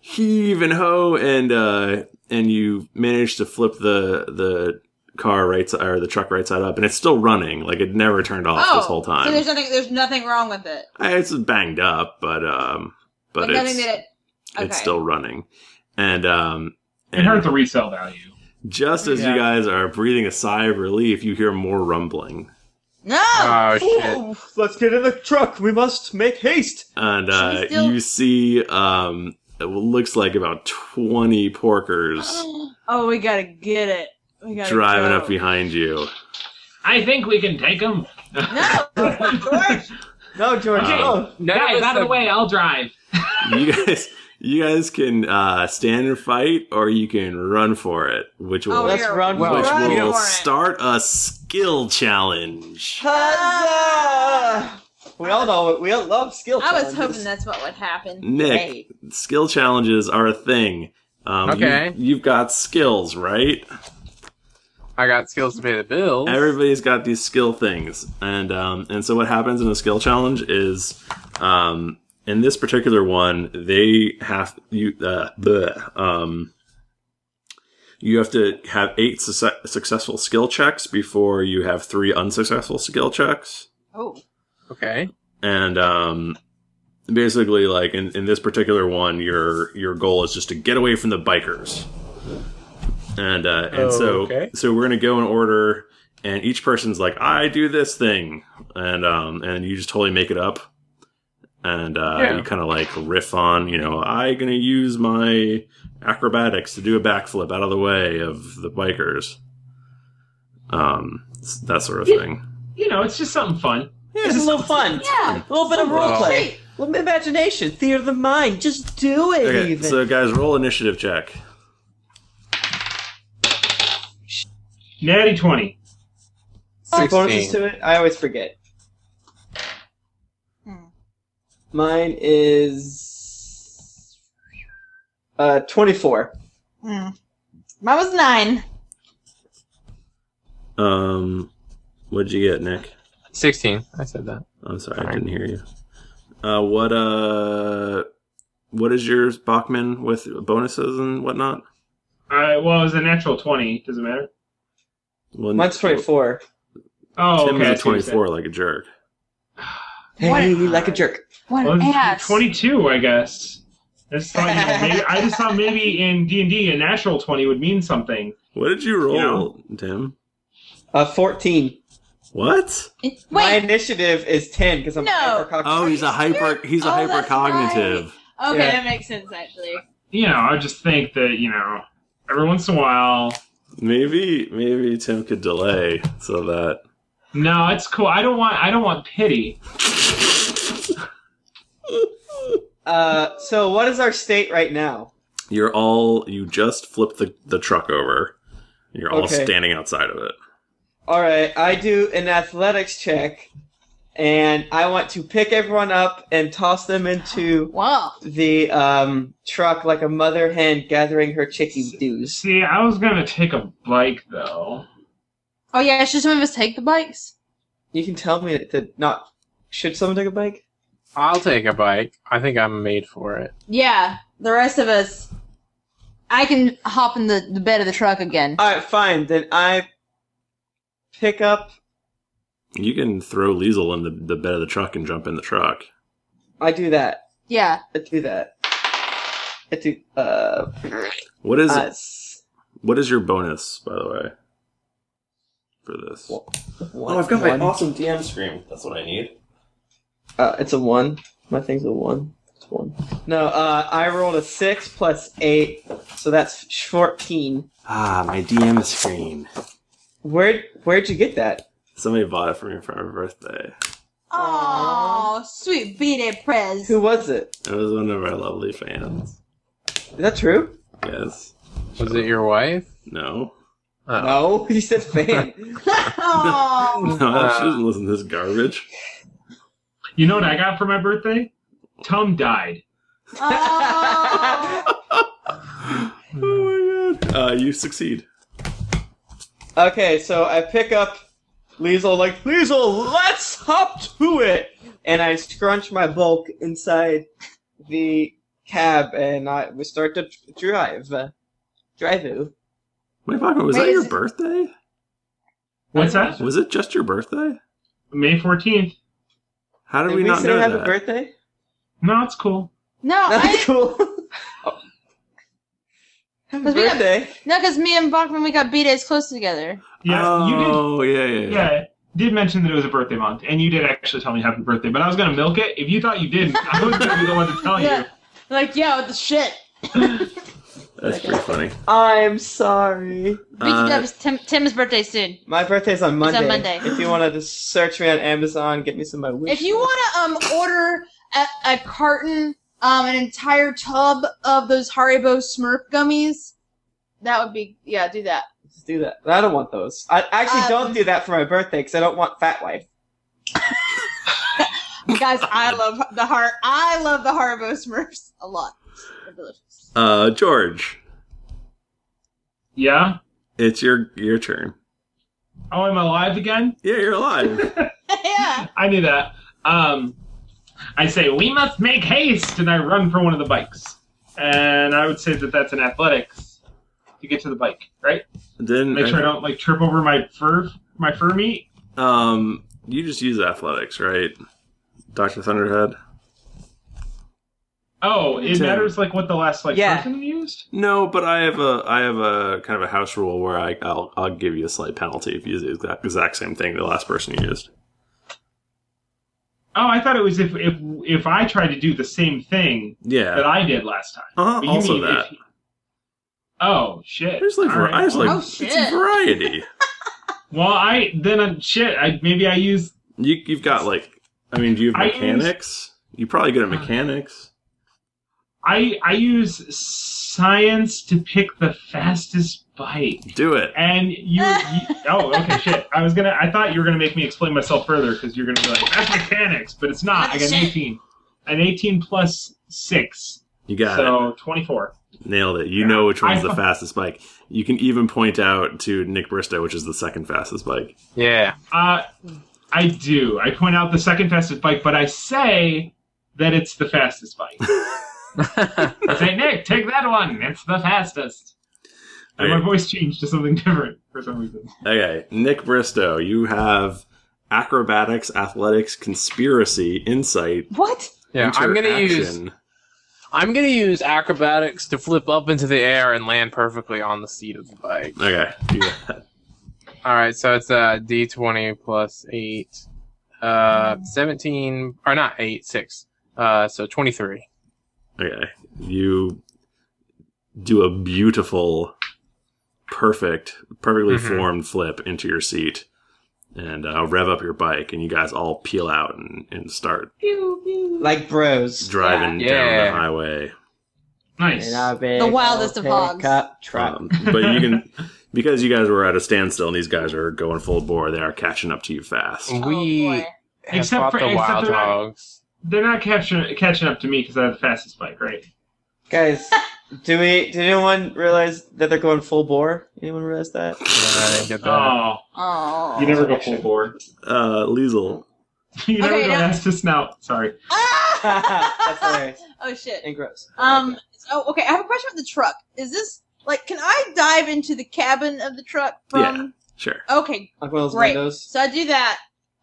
heave and hoe, and uh, and you manage to flip the the car right si- or the truck right side up, and it's still running. Like it never turned off this whole Oh, So time. there's nothing there's nothing wrong with it. I- it's banged up, but um, but like nothing it's that it okay. it's still running, and um, It hurts the resale value. just as Yeah. you guys are breathing a sigh of relief, you hear more rumbling, No! Oh shit. Ooh, let's get in the truck. We must make haste. and uh, She's still- you see um, what looks like about twenty porkers (gasps) oh, we gotta get it. We gotta driving go. up behind you. I think we can take them. (laughs) No! Oh, George! No, George. Okay. Oh, None of Guys, us out of the have- way. I'll drive. you guys you guys can uh, stand and fight or you can run for it which Oh, will, let's yeah. run. Well, for which it. Run will for it. start a skill challenge Huzzah! We all know we all love skill. I was challenges. hoping that's what would happen. nick Hey. skill challenges are a thing um, Okay. you, have got skills right I got skills to pay the bills. everybody's got these skill things and um, and so what happens in a skill challenge is um, in this particular one they have you uh, bleh, um, you have to have eight suce- successful skill checks before you have three unsuccessful skill checks Oh. Okay. and um, basically like in, in this particular one your your goal is just to get away from the bikers and uh, and so Okay. so we're gonna go in order and each person's like i do this thing and um and you just totally make it up and uh, Yeah. you kind of like riff on you know i'm gonna use my acrobatics to do a backflip out of the way of the bikers um s- that sort of thing You know, it's just something fun. It's a little fun. Yeah! A little bit of role Wow. play. A little bit of imagination. Theater of the mind. Just do it. okay even. so guys roll initiative check Natty twenty. Oh, bonuses 16. to it? I always forget. Hmm. Mine is uh twenty-four. Hmm. Mine was nine. Um, what'd you get, Nick? 16. I said that. I'm sorry, I Sorry. didn't hear you. Uh, what uh, what is yours, Bachman, with bonuses and whatnot? Uh, well, it was a natural 20. Does it matter? Well, Mine's twenty-four. Oh, Tim okay. I is a see what you're saying. 24, like a jerk. What? Hey, like a jerk. What Well, an it was ass. 22, I guess. I just thought, you know, maybe, I just thought maybe in D and D a natural 20 would mean something. What did you roll, You know. Tim? Uh, fourteen. What? Wait, My initiative is ten because I'm No. hypercognizant. Oh, he's a hyper. He's a Oh, that's hypercognitive. okay, yeah. that makes sense actually. You know, I just think that you know, every once in a while. Maybe maybe Tim could delay so that No, it's cool. I don't want. I don't want pity. Uh, so what is our state right now? you're all you just flipped the the truck over. You're all Okay. standing outside of it. All right, I do an athletics check, and I want to pick everyone up and toss them into Wow. the um, truck like a mother hen gathering her chicken dews. See, I was gonna take a bike though. Oh yeah, should some of us take the bikes? You can tell me to not. Should someone take a bike? I'll take a bike. I think I'm made for it. Yeah, the rest of us. I can hop in the, the bed of the truck again. All right, fine. Then I pick up. You can throw Liesel in the, the bed of the truck and jump in the truck. I do that. yeah. I do that. I do. Uh, What is uh, s- what is your bonus, by the way? For this. Wha- one- one. awesome DM screen. That's what I need. Uh, it's a one. My thing's a one. It's one. No, uh, I rolled a six plus eight, so that's fourteen. Ah, my DM screen. Where where'd you get that? Somebody bought it for me for my birthday. Oh, sweet birthday prez. (laughs) Who was it? It was one of our lovely fans. Is that true? Yes. Was it your wife? No. Oh. No, (laughs) you said fan. oh, (laughs) No, she doesn't listen to this garbage. You know what I got for my birthday? Tom died. oh. Oh my god. Uh, you succeed. okay, so I pick up Liesel like Liesel, let's hop to it, and I scrunch my bulk inside the cab, and I we start to drive. Drive you. Wait, Bachman, was Wait, that is your it- birthday? What's that? Was it just your birthday? May fourteenth. How did, Did we, we, not say know happy that? birthday? No, it's cool. (laughs) No, Oh, I, That's (laughs) cool. Happy Cause we got- birthday. no, because me and Bachman we got B-days close together. Yeah, you oh, yeah, yeah, did. yeah. Yeah, did mention that it was a birthday month, and you did actually tell me happy birthday. But I was gonna milk it. If you thought you didn't, I was gonna be the one to tell you. Yeah. Like, yo, what the shit. That's pretty funny. I'm sorry. BTW Uh, is Tim, Tim's birthday soon. My birthday's on Monday. Monday. If you want to just search me on Amazon, get me some of my wish. If you want to um order a, a carton, um, an entire tub of those Haribo Smurf gummies, that would be yeah. Do that. lists, do that, I don't want those. I actually Um, don't do that for my birthday because I don't want fat wife. Guys, I love the har. I love the Haribo Smurfs a lot. They're delicious. (laughs) Uh, George, Yeah. it's your your turn. Oh, am I alive again? Yeah, you're alive. yeah. I knew that. Um, I say we must make haste, and I run for one of the bikes. And I would say that that's an athletics to get to the bike, right? Then Make sure I don't like trip over my fur, my fur meat. um, you just use athletics, right, Doctor Thunderhead? Oh, it Ten. matters like what the last like Yeah. person used. No, but I have a I have a kind of a house rule where I I'll, I'll give you a slight penalty if you use the exact, exact same thing the last person you used. Oh, I thought it was if if if I tried to do the same thing that Yeah. I did last time. Uh, But (laughs) you also mean if that. he- Oh shit! There's like All var- I was like Oh, it's shit. variety. well, I then uh, shit. I maybe I used you you've got like I mean, do you have I use- mechanics? You probably good at mechanics. I I use science to pick the fastest bike. Do it. And you, you oh okay shit. I was gonna I thought you were gonna make me explain myself further because you're gonna be like that's mechanics, but it's not. I got an Shit. eighteen, an eighteen plus six, You got it. so twenty four. Nailed it. You know which one's I- the fastest bike. You can even point out to Nick Bristow, which is the second fastest bike. Yeah. (laughs) Uh, I do. I point out the second fastest bike, but I say that it's the fastest bike. I say, Nick, take that one. It's the fastest. And my Okay. voice changed to something (laughs) different for some reason. okay, Nick Bristow, you have acrobatics, athletics, conspiracy, insight. What? Yeah. I'm gonna use interaction. I'm gonna use acrobatics to flip up into the air and land perfectly on the seat of the bike. Okay, do that. All right, so it's uh D twenty plus eight, uh seventeen or not eight six, uh so twenty three. Okay, you do a beautiful, perfect, perfectly Mhm. formed flip into your seat, and uh, rev up your bike, and you guys all peel out and, and start Like bros. driving down Yeah. the highway. Nice. The wildest of hogs. Cop, trot. Um, but you can (laughs) because you guys were at a standstill and these guys are going full bore. They are catching up to you fast. Mm. we Oh, boy. have Except fought for- the except wild for that- hogs. They're not catching catching up to me because I have the fastest bike, right? Guys, do we? Did anyone realize that they're going full bore? Anyone realize that? (laughs) Yeah, I didn't get that. Oh, Oh. (laughs) you never go full bore. (laughs) Uh, Liesel, You never Okay, go now- ass to snout. Sorry. That's Ah! hilarious oh shit. and gross. Um. Oh, okay. I have a question about the truck. Is this like? Can I dive into the cabin of the truck from? sure. Okay. Like one of those great. windows. So I do that.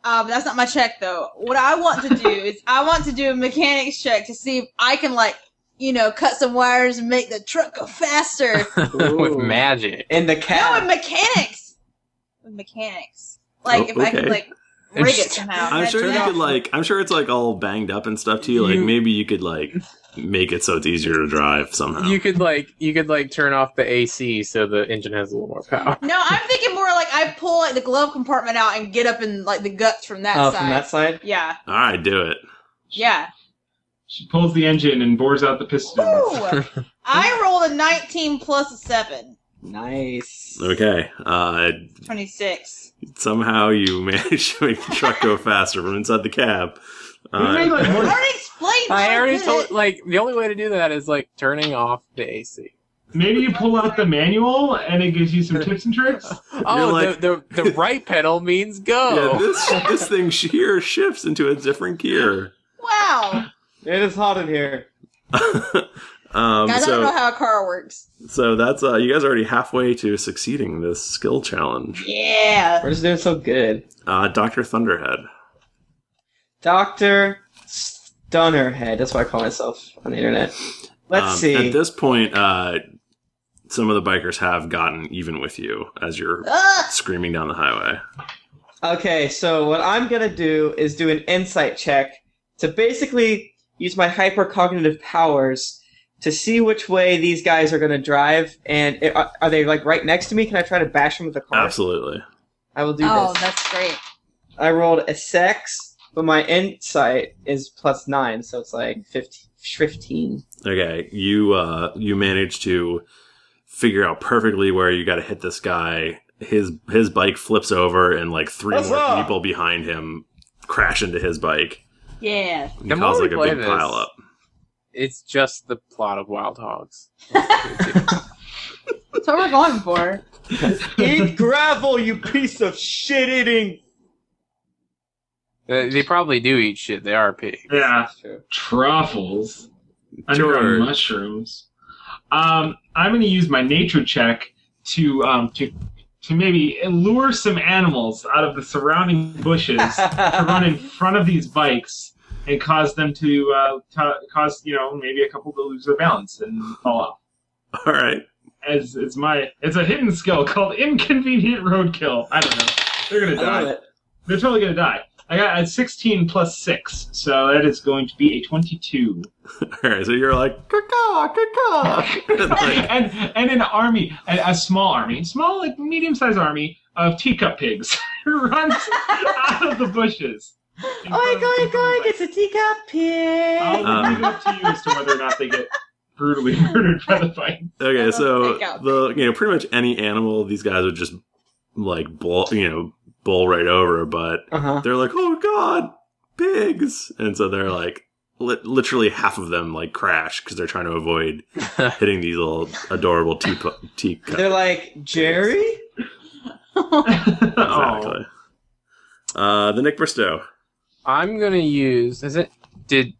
Um, that's not my check though. What I want to do is I want to do a mechanics check to see if I can like, you know, cut some wires and make the truck go faster. (laughs) With Oh. Ooh. magic. In the no, with cab. mechanics. With mechanics. Like if I could okay. like rig it Interesting. somehow. I'm That's- sure you that- could like. I'm sure it's like all banged up and stuff to you. Like You- maybe you could like make it so it's easier to drive somehow. You could like you could like turn off the AC so the engine has a little more (laughs) power. No, I'm thinking more like I pull like the glove compartment out and get up in like the guts from that Oh, side. from that side. Yeah. all right, do it. Yeah. She pulls the engine and bores out the piston. Woo! (laughs) I rolled a 19 plus a 7. Nice. Okay. Uh, 26. somehow you (laughs) managed to make the truck go faster from inside the cab. We made, Uh, like, I more- already explained I how already did told it. like the only way to do that is like turning off the AC. maybe you pull out the manual and it gives you some tips and (laughs) tricks. Oh, like- the, the the right pedal means (laughs) yeah, go. this this thing sh- here shifts into a different gear. (laughs) Wow. It is hot in here. Um, Guys, I so, don't know how a car works. So that's uh, you guys are already halfway to succeeding this skill challenge. Yeah. We're just doing so good. Uh, Doctor Thunderhead. Doctor Stunnerhead. That's what I call myself on the internet. Let's Um, see. At this point, uh, some of the bikers have gotten even with you as you're Ugh. screaming down the highway. Okay, so what I'm gonna do is do an insight check to basically use my hypercognitive powers to see which way these guys are gonna drive, and i- are, are they like right next to me? Can I try to bash them with a car? Absolutely. I will do Oh, this. that's great. I rolled a six, but my insight is plus nine, so it's like 15. 15. Okay, you uh, you manage to figure out perfectly where you got to hit this guy. His his bike flips over, and like three What's more up? people behind him crash into his bike Yeah. and The more cause we like a play big this- pile up. It's just the plot of Wild Hogs. That's what we're going for. Eat (laughs) gravel, you piece of shit eating! They, they probably do eat shit. They are pigs. Yeah. That's true. truffles, underground George. mushrooms. Um, I'm going to use my nature check to um, to to maybe lure some animals out of the surrounding bushes (laughs) to Uh-huh. run in front of these bikes and cause them to uh, ca- cause you know maybe a couple to lose their balance and fall off. (laughs) All right. As it's my it's a hidden skill called inconvenient roadkill. I don't know. They're gonna I love die. it. They're totally gonna die. I got a 16 plus six, so that is going to be a 22. All right, so you're like, caw (laughs) like, and and an army, a, a small army, small like medium sized army of teacup pigs (laughs) (laughs) runs out of the bushes. Oh Oink, oink, oink, it's a teacup pig! I'll Um, leave it up to you as to whether or not they get (laughs) brutally murdered by the bike. Okay, love so takeout. the you know pretty much any animal these guys would just like bull you know bull right over, but Uh huh. they're like, oh god, pigs, and so they're like li- literally half of them like crash because they're trying to avoid hitting these little adorable uh, tea pu- tea (laughs) cups. They're like Jerry. Exactly. Uh, the Nick Bristow. (laughs) I'm gonna use. Is it? Did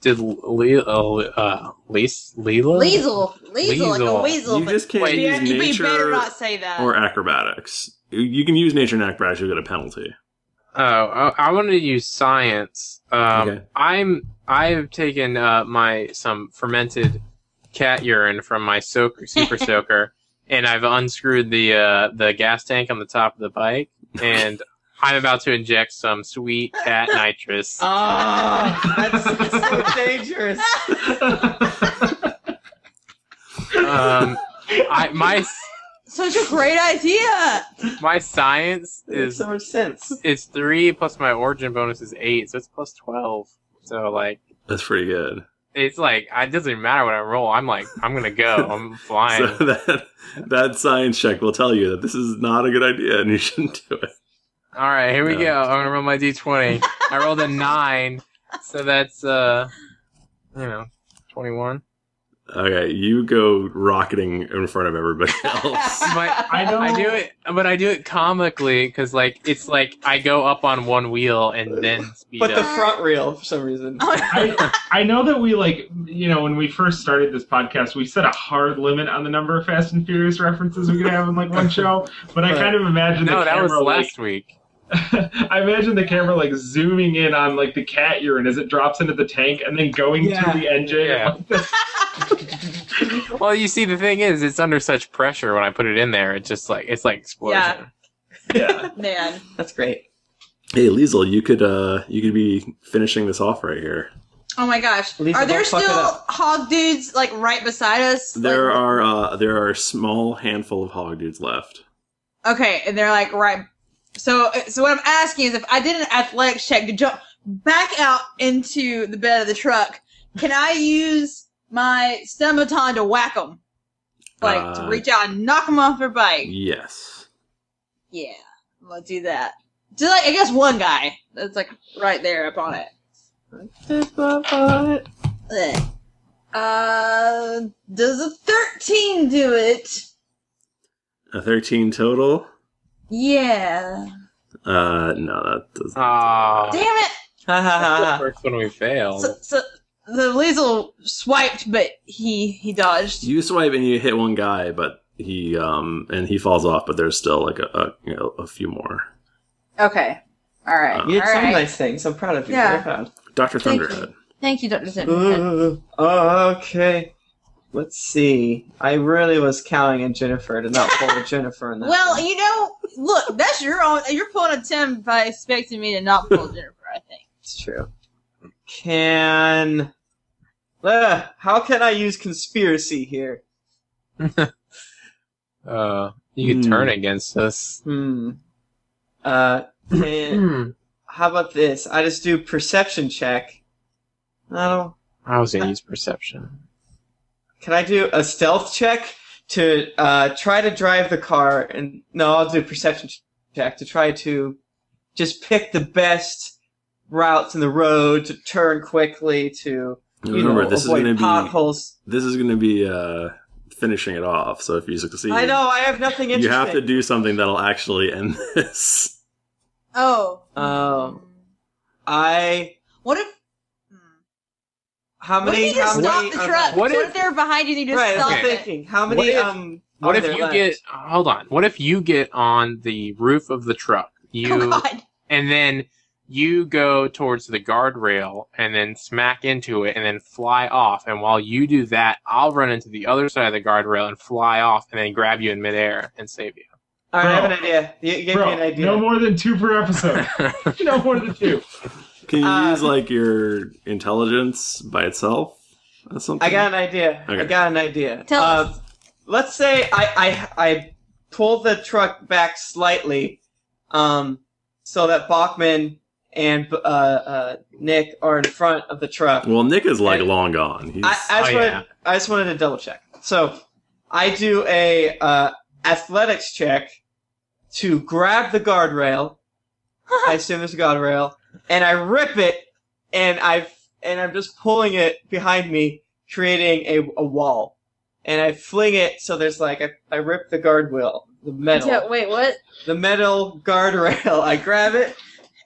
did Le, uh, uh, Lis, Leela? Liesel. Liesel, like Liesel. a weasel. You but just can't Wait. you, use better, you better nature not say that. or acrobatics. You can use nature and acrobatics. You'll get a penalty. Oh, I, I wanted to use science. Um, Okay. I'm I've taken uh, my some fermented cat urine from my soak, super soaker, and I've unscrewed the uh, the gas tank on the top of the bike, and I'm about to inject some sweet cat nitrous. Ah, (laughs) that's so dangerous. (laughs) Um, I my Such a great idea. my science It makes is so much sense. it's three plus my origin bonus is eight, so it's plus twelve. So like That's pretty good. it's like it doesn't even matter what I roll. I'm like I'm gonna go. (laughs) I'm flying. So that that science check will tell you that this is not a good idea and you shouldn't do it. All right, here we Yeah. go. I'm gonna roll my d20. I rolled a nine, so that's uh, you know, 21. Okay, you go rocketing in front of everybody (laughs) (laughs) else. But I know. I do it, but I do it comically because like it's like I go up on one wheel and then speed But the up. front reel, for some reason. I, I know that we like you know when we first started this podcast we set a hard limit on the number of Fast and Furious references we could have in like one show, but I Right. kind of imagine no, the that camera was like last week. (laughs) I imagine the camera like zooming in on like the cat urine as it drops into the tank and then going Yeah. to (laughs) the engine. Yeah. Well, you see, the thing is, it's under such pressure when I put it in there. It's just like it's like explosion. Yeah. Yeah. Man. That's great. hey Liesel, you could uh you could be finishing this off right here. Oh my gosh. Liesel, are there don't fuck still it up. hog dudes like right beside us? There Like- are uh there are a small handful of hog dudes left. Okay, and they're like right. So, so what I'm asking is, if I did an athletics check to jump back out into the bed of the truck, can I use my stematon to whack them? Like Uh, to reach out and knock them off their bike? Yes. Yeah, I'm gonna do that. Just like I guess one guy that's like right there up on it. Ugh. Uh, does a thirteen do it? A thirteen total? Yeah. Uh no, that doesn't Ah, Damn it! that's the That's first one we failed. So, so the Liesel swiped, but he he dodged. you swipe and you hit one guy, but he um and he falls off, but there's still like a, a you know a few more. Okay. All right. You did All some right. nice things. I'm proud of you. Yeah. Very proud. Doctor Thank you. Thunderhead. Thank you, Doctor Sin. Ooh, Uh, okay. Let's see. I really was counting on Jennifer to not pull a Jennifer in that. Well, one. you know, look, that's your own. You're pulling a Tim by expecting me to not pull Jennifer. I think. it's true. Can. Ugh, how can I use conspiracy here? uh, you could Hmm. turn against us. Hmm. Uh, can- Hmm. how about this? I just do perception check. I don't. I was gonna use perception. Can I do a stealth check to uh, try to drive the car? And no, I'll do a perception ch- check to try to just pick the best routes in the road to turn quickly to you Remember, know this is avoid gonna be potholes. this is going to be uh, finishing it off. So if you succeed, I know I have nothing you interesting. have to do something that'll actually end (laughs) this. Oh. Um, I What if? hmm. how What many? if you just how stop many the are truck? left? What What, if- if they're behind you and you just Right, stop I'm Okay. it? thinking. How What many? if- um, What are if there you left? get? Hold on. What if you get on the roof of the truck? Oh You God! and then you go towards the guardrail and then smack into it and then fly off. And while you do that, I'll run into the other side of the guardrail and fly off and then grab you in midair and save you. All right, I have Bro. an idea. You you gave Bro, me an idea. no more than two per episode. no more than two. Can you Uh, use like your intelligence by itself? Or something? I got an idea. I Okay. got an idea. Tell uh, us. Let's say I, I I pull the truck back slightly, um, so that Bachman and uh, uh, Nick are in front of the truck. Well, Nick is like Hey. long gone. He's, I, I, just Oh, wanted, yeah. I just wanted to double check. So I do a uh, athletics check to grab the guardrail. (laughs) I assume there's a guardrail, and I rip it, and I and I'm just pulling it behind me, creating a, a wall, and I fling it so there's like I, I rip the guardrail, the metal, Yeah, wait, what? the metal guardrail. I grab it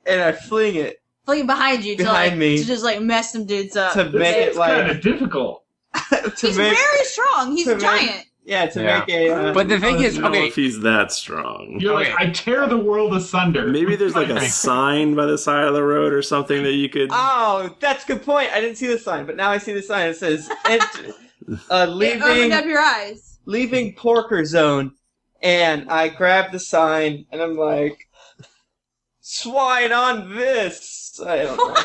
and I fling it Fling it behind you. to, Behind like, me. To just like mess some dudes up. to make it It's kind like (laughs) of difficult. to Uh, He's make very strong. He's to a make- giant. yeah to Yeah. make a. Uh, But the thing I is, don't know okay, if he's that strong. You're Okay. like, I tear the world asunder. Maybe there's like a sign by the side of the road or something that you could. Oh, that's a good point. I didn't see the sign, but now I see the sign. It says (laughs) ent- uh, It opened up leaving your eyes. leaving porker zone, and I grab the sign and I'm like, swine on this. I don't know.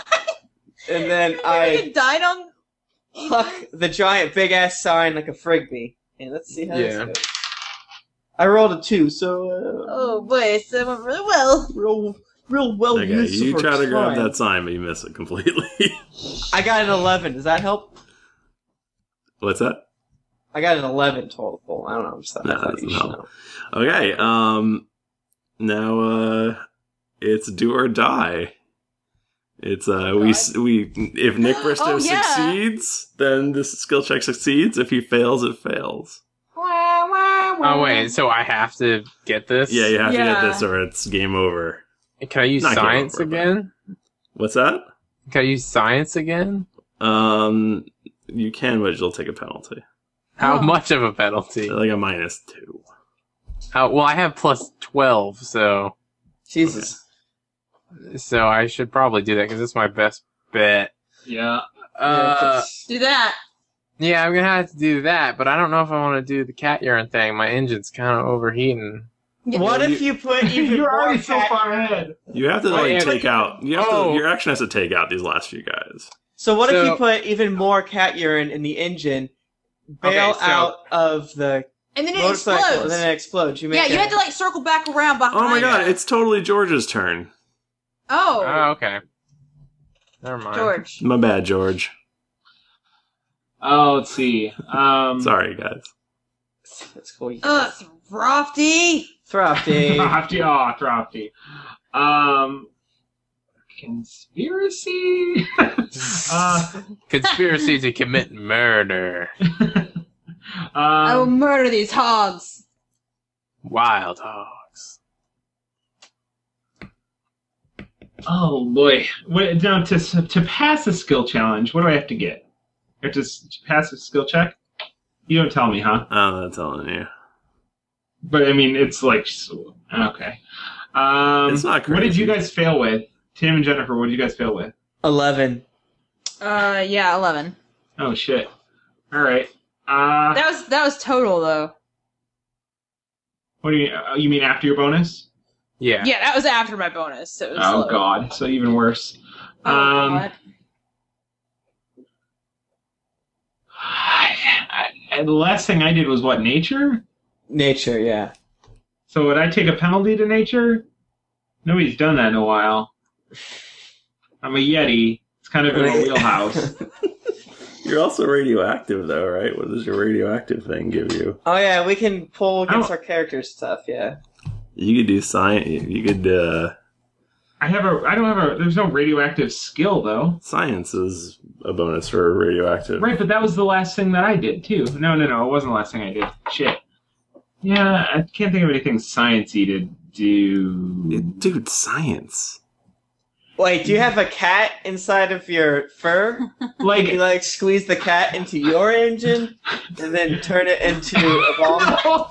and then you I can dine on. pluck the giant big ass sign like a frisbee, and let's see how Yeah. this goes. I rolled a two, so uh, Oh boy, it's- it went really well. real, real well Okay, used. you for try to grab time. that sign, but you miss it completely. (laughs) I got an eleven. Does that help? What's that? I got an eleven total. I don't know. I'm just, I No, thought that's you not should help. know. Okay, um, now uh, it's do or die. It's uh, we s- we if Nick Bristow Oh, yeah. succeeds, then this skill check succeeds. If he fails, it fails. Wah, wah, wah. Oh wait, so I have to get this. Yeah, you have to get Yeah. this or it's game over. Can I use Not get science over, but- again? What's that? Can I use science again? Um, you can, but you'll take a penalty, How Oh. much of a penalty? like a minus two. How, well, I have plus twelve, so Jesus. so I should probably do that because it's my best bet. Yeah. Uh, Do that. yeah, I'm gonna have to do that, but I don't know if I want to do the cat urine thing. My engine's kind of overheating. Yeah. what if you (laughs) put even You're more already so cat- far ahead. You have to Well, like yeah, take out. You have Oh. to, your action has to take out these last few guys. So what if So- you put even more cat urine in the engine, bail Okay, so- out of the And then it motorcycle, and explodes. then it explodes? You make yeah, you a- had to like circle back around behind. Oh my god, it. it's totally George's turn. oh, Oh, okay. Never mind. George. My bad, George. Oh, let's see. Um, Sorry, guys. That's cool. You Ugh, Throfty. Throw up, Dave. Crafty. Oh, crafty. Um, conspiracy. (laughs) uh, Conspiracy to commit murder. I will um, murder these hogs. Wild hogs. oh boy. What, now to to pass a skill challenge, what do I have to get? I have to, s- to pass a skill check. You don't tell me, huh? I'm not telling you. But I mean, it's like s- okay. Um, It's not What did crazy. you guys fail with? Tim and Jennifer, what did you guys fail with? (laughs) Eleven. Uh, yeah, eleven. Oh shit. All right. Uh, That was that was total though. what do you uh, you mean after your bonus? Yeah. Yeah, that was after my bonus. So it was Oh low. god, so even worse. (sighs) Oh, um, God. I, I, the last thing I did was what nature. Nature. Yeah. So would I take a penalty to nature? Nobody's done that in a while. I'm a yeti. It's kind of in my wheelhouse. You're also radioactive, though, right? What does your radioactive thing give you? oh yeah, we can pull against Oh. our characters stuff. Yeah. You could do science. You could. uh I have a. I don't have a. There's no radioactive skill though. Science is a bonus for radioactive. Right, but that was the last thing that I did too. No, no, no. It wasn't the last thing I did. Shit. Yeah, I can't think of anything sciencey to do. Dude, science. Wait, do you have a cat inside of your fur? Like (laughs) You like squeeze the cat into your engine, and then turn it into a (laughs) bomb. no.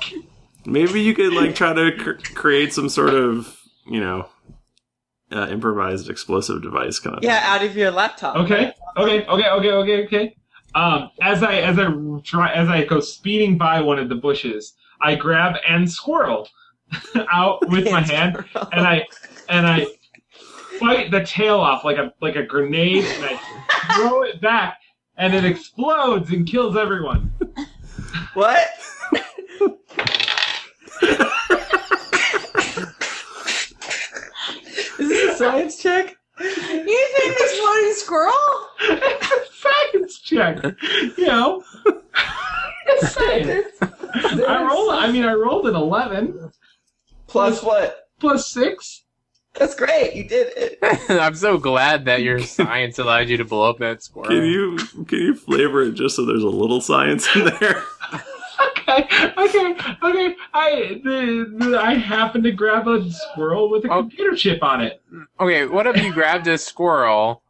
Maybe you could like try to cr- create some sort of you know uh, improvised explosive device kind of. Yeah, out of your laptop. Okay. Okay. Okay. Okay. Okay. Okay. Um, as I as I try as I go speeding by one of the bushes, I grab and squirrel (laughs) out with (laughs) my hand, and I and I bite the tail off like a like a grenade, and I throw it back, and it explodes and kills everyone. What? Is this a science check? attack. You know, (laughs) Just saying. I rolled. I mean, I rolled an eleven Plus what? plus six. That's great. You did it. (laughs) I'm so glad (laughs) that your science allowed you to blow up that squirrel. Can you can you flavor it just so there's a little science in there? Okay, okay, okay. I the, the, I happened to grab a squirrel with a Oh. computer chip on it. Okay, what if you grabbed a squirrel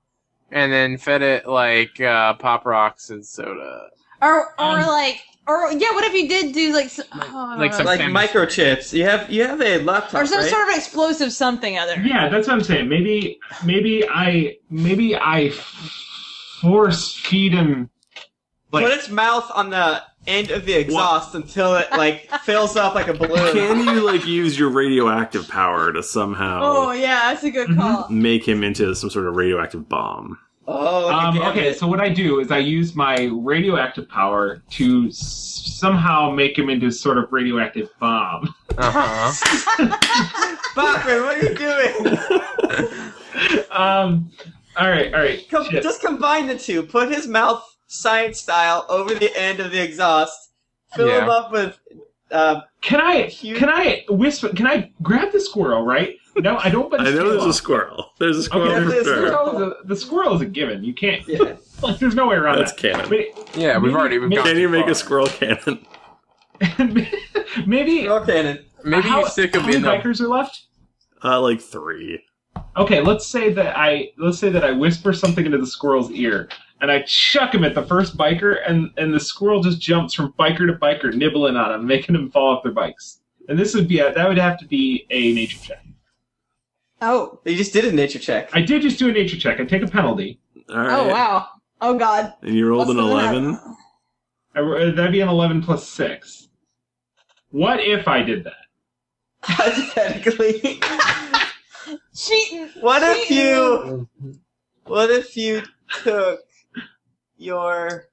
and then fed it like uh, pop rocks and soda? Or or Um, like or yeah, what if you did do like s- oh, like some- like Sometimes. microchips. You have you have a laptop, or some right? sort of explosive something other. Yeah, that's what I'm saying. Maybe, maybe I, maybe I force feed him. Like, Put its mouth on the end of the exhaust until it like fills up like a balloon. Can you like use your radioactive power to somehow Oh yeah, that's a good Mm-hmm. Mhm. call. make him into some sort of radioactive bomb? Oh, look um, at okay, it. so what I do is I use my radioactive power to s- somehow make him into sort of radioactive bomb. (laughs) Uh huh. Bachman, what are you doing? (laughs) Um, all right, all right. Com- shit. just combine the two. Put his mouth science style over the end of the exhaust. Fill him Yeah. up with. Uh, Can I? Cute. Can I whisper? Can I grab the squirrel? Right? No, I don't. But I know there's a it's- squirrel. There's a squirrel Okay, for there's a sure. squirrel. squirrel is a- the squirrel is a given. You can't. yeah. Like, (laughs) there's no way around That's that. (laughs) canon. But Yeah, we've Maybe- already we've gone Can you too make far. a squirrel cannon? maybe Roll cannon. Maybe how, you stick how them many in the bikers are left? Uh, like three. Okay, let's say that I let's say that I whisper something into the squirrel's ear, and I chuck him at the first biker, and and the squirrel just jumps from biker to biker, nibbling on him, making him fall off their bikes. And this would be a, that would have to be a nature check. Oh You just did a nature check. I did just do a nature check. I take a penalty. All right. oh wow oh god. And you rolled What's an the matter? eleven. I, uh, that'd be an eleven plus six. What if I did that? (laughs) Hypothetically, Cheating. what if Cheating. you? What if you took your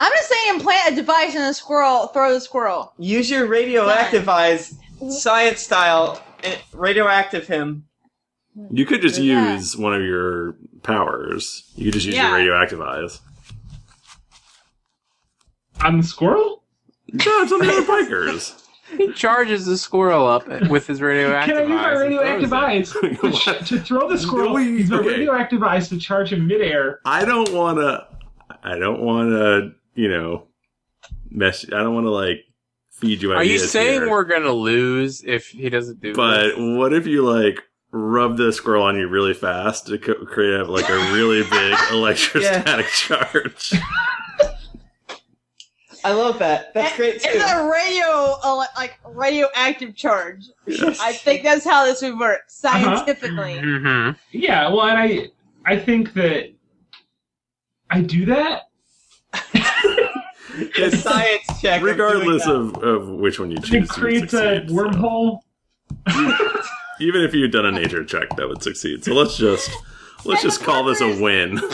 I'm just saying, plant a device in a squirrel, throw the squirrel. use your radioactive eyes, science style, eh, radioactive him. You could just Yeah. use one of your powers. You could just use Yeah. your radioactive eyes. On the squirrel? No, it's on the other bikers. (laughs) He charges the squirrel up with his radioactive Can I use my eyes and radioactive throws it. eyes (laughs) to, sh- to throw the squirrel? we- use my okay. radioactive eyes to charge him midair. I don't want to. I don't want to. You know, mess. I don't want to like feed you Are you ideas. saying here. we're gonna lose if he doesn't do But this? what if you like rub the squirrel on you really fast to co- create like a really big electrostatic charge? I love that. That's great It's too. a radio, ele- like radioactive charge. I think that's how this would Uh-huh. work scientifically. Mm-hmm. (laughs) Yeah, well, and I I think that I do that. The science check. of doing Regardless that. of, of which one you It choose, you would creates a succeed, so. wormhole. Even if you'd done a nature check, that would succeed. So let's just let's just call this a win. (laughs)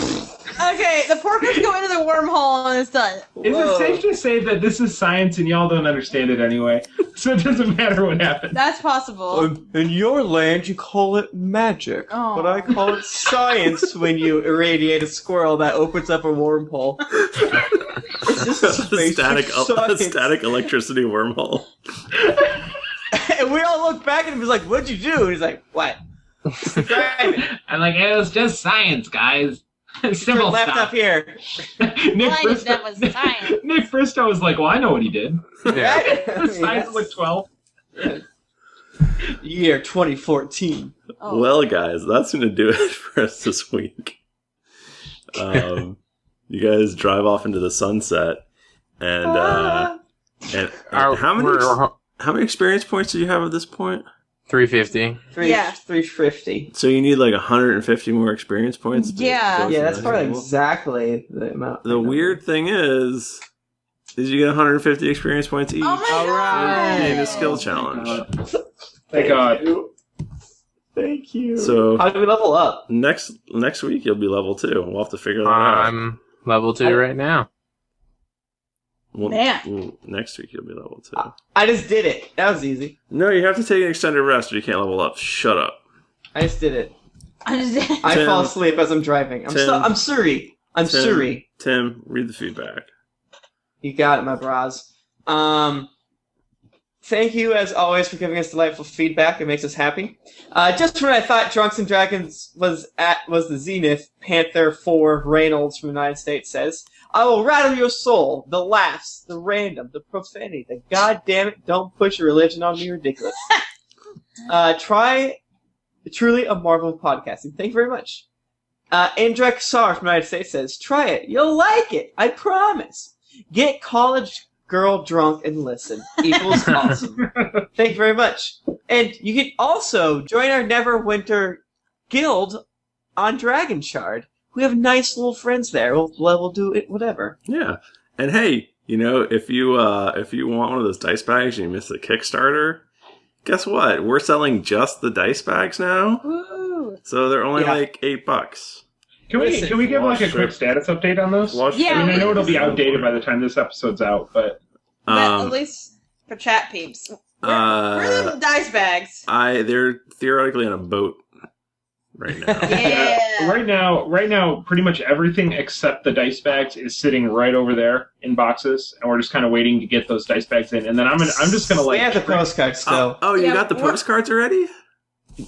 Okay, the porkers go into the wormhole and it's done. Is Whoa. it safe to say that this is science and y'all don't understand it anyway? (laughs) So it doesn't matter what happens. That's Oh, possible. Um, in your land, you call it magic, Oh. but I call it science when you irradiate a squirrel that opens up a wormhole. it's (laughs) just A space static, a science. static electricity wormhole. (laughs) And we all look back at him and was like, "What'd you do?" And he's like, "What?" Driving. I'm like, it was just science, guys. (laughs) Turn Simple left up here. (laughs) Nick Why is that was science? Nick Fristo was like, well, I know what (laughs) he did. Yeah. Science Yes. like 12. (laughs) Year 2014. (laughs) Oh. Well, guys, that's going to do it (laughs) for us this week. Um, you guys drive off into the sunset, and uh, Ah. and, Our- and (laughs) how many we're- ex- we're- how many experience points do you have at this point? 350. Three, Yeah. 350. So you need like 150 more experience points. to- Yeah. to Yeah, that's the- probably exactly the amount. The weird thing is, is you get 150 experience points each Oh my All god! right. in a skill challenge. Thank God. you. Thank you. So- how do we level up? Next next week you'll be level two. We'll have to figure that out. I'm level two right now. Well, Man. well, next week you'll be level two. I just did it. That was easy. No, you have to take an extended rest or you can't level up. Shut up. I just did it. I'm just- (laughs) I Tim. fall asleep as I'm driving. I'm Tim. so, I'm sorry. I'm Tim. sorry. Tim, read the feedback. You got it, my bras. Um, thank you, as always, for giving us delightful feedback. It makes us happy. Uh, just when I thought Drunks and Dragons was at was the zenith, Panther Four Reynolds from the United States says, "I will rattle your soul. The laughs, the random, the profanity. The goddamn it, don't put your religion on me, ridiculous. uh, try truly a marvel of podcasting. Thank you very much." Uh, Andrek Sar from the United States says, "Try it. You'll like it. I promise." Get college girl drunk and listen (laughs) equals awesome. Thank you very much. And you can also join our Neverwinter guild on Dragon Shard. We have nice little friends there. We'll, we'll do it, whatever. Yeah. And hey, you know, if you uh if you want one of those dice bags and you miss the Kickstarter, guess what? We're selling just the dice bags now. Woo! So they're only Yeah. like eight bucks. Can we Listen, can we give like a wash quick it. status update on those? Wash- Yeah, I mean, I know it'll be outdated by the time this episode's out, but but at Um, least for chat peeps, where, where are uh, the dice bags? I they're theoretically in a boat right (laughs) now. Yeah. right now, right now, pretty much everything except the dice bags is sitting right over there in boxes, and we're just kind of waiting to get those dice bags in. And then I'm gonna, I'm just gonna we like have the postcards, oh, though. oh, you Yeah, got the we're- postcards already?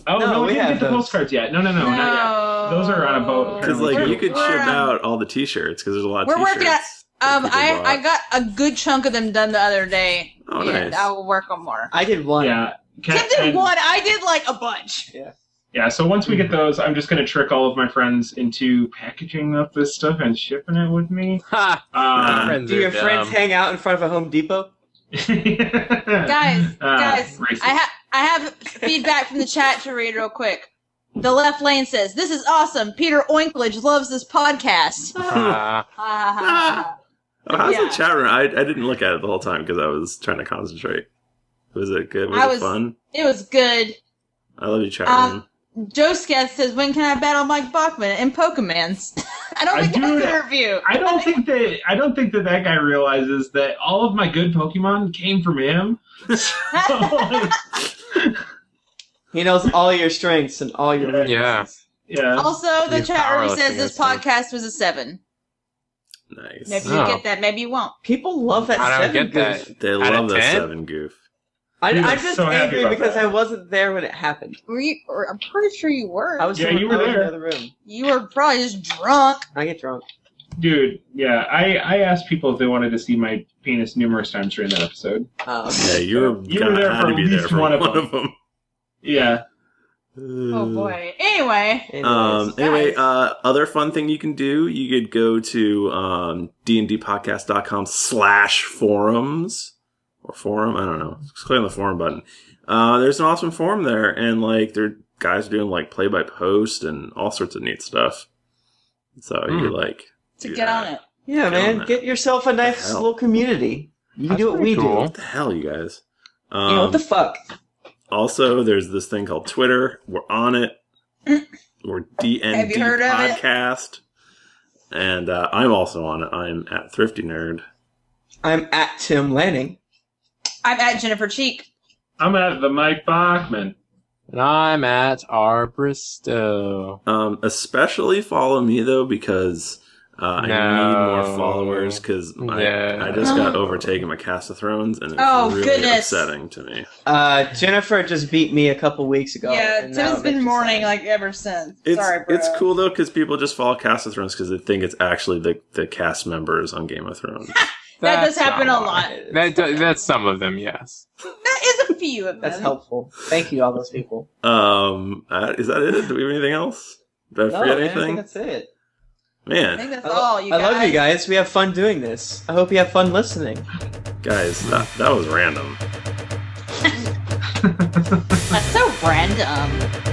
Oh no, No, we we didn't have get the those. postcards yet. No, no, no, not Those are on a boat, Because like We're- you could ship we're, um, out all the T-shirts because there's a lot. Of We're t-shirts working on- that Um, people I, bought. I got a good chunk of them done the other day. Oh, nice. I will work on more. I did one. yet. Yeah. Can- Tim did and- one. I did like a bunch. Yeah, so once we get those, I'm just gonna trick all of my friends into packaging up this stuff and shipping it with me. Ha! Ah. Um, friends Do your are friends dumb. hang out in front of a Home Depot? Guys, Ah, guys, racist. I have I have feedback from the chat to read real quick. The left lane says, "This is awesome. Peter Oinklage loves this podcast." Ha, Ah, ha, ha, Oh, how's Yeah. the chat room? I, I didn't look at it the whole time because I was trying to concentrate. Was it good? Was I it was- fun? ha. It was good. I love you, chat Um, room. Joe Sketh says, "When can I battle Mike Bachman in Pokemans?" (laughs) I don't I think do that's that. a review. (laughs) I don't think that I don't think that that guy realizes that all of my good Pokemon came from him. (laughs) He knows all your strengths and all your weaknesses. Yeah. yeah. also, the You're chat Oh, room says powerlifting, this I see. podcast was a seven. Nice. Maybe Oh. you get that. Maybe you won't. People love that. I don't seven get that. goof. They of love that 10? seven goof. I, We were I'm just so happy angry about because that. I wasn't there when it happened. Were you, or I'm pretty sure you were. I was, Yeah, you were I was in there. the other room. you were probably just drunk. I get drunk. Dude, yeah. I, I asked people if they wanted to see my penis numerous times during that episode. Um, Yeah, you're You were gonna there had for to at be there least for one one, of of them. Yeah. Oh boy. Anyway, anyways. (laughs) Um, anyway, Guys. uh, other fun thing you can do, you could go to um, dndpodcast.com slash forums or forum. I don't know. Just click on the forum button. Uh, there's an awesome forum there, and like there guys are doing like play by post and all sorts of neat stuff. So you Hmm. like to do get that. on it. Yeah, man, that. get yourself a nice hell? little community. You can That's do what pretty we cool. do. What the hell, you guys? you know what Um, the fuck? also, there's this thing called Twitter. We're on (clears throat) it. We're DND Have you heard of it? podcast. And uh, I'm also on it. I'm at Thrifty Nerd. I'm at Tim Lanning. I'm at Jennifer Cheek. I'm at the Mike Bachman. And I'm at our Bristow. Um, especially follow me though because uh, I need No. more followers because Yeah. I just (gasps) got overtaken by Cast of Thrones and it's Oh, really goodness. upsetting to me. Uh, Jennifer just beat me a couple weeks ago. yeah, and Tim's now it makes been me mourning sad. like ever since. It's Sorry, bro. it's cool though because people just follow Cast of Thrones because they think it's actually the the cast members on Game of (laughs) Thrones. That does That's happen a not lot. why. That do- that's some of them, yes. That is a few of them. That's helpful. Thank you, all those people. um, uh, is that it? Do we have anything else? Did I No, forget man, I anything? think that's it. I Man, think that's I, lo- all. You I guys. love you guys. We have fun doing this. I hope you have fun listening. guys, that, that was random. That's so random.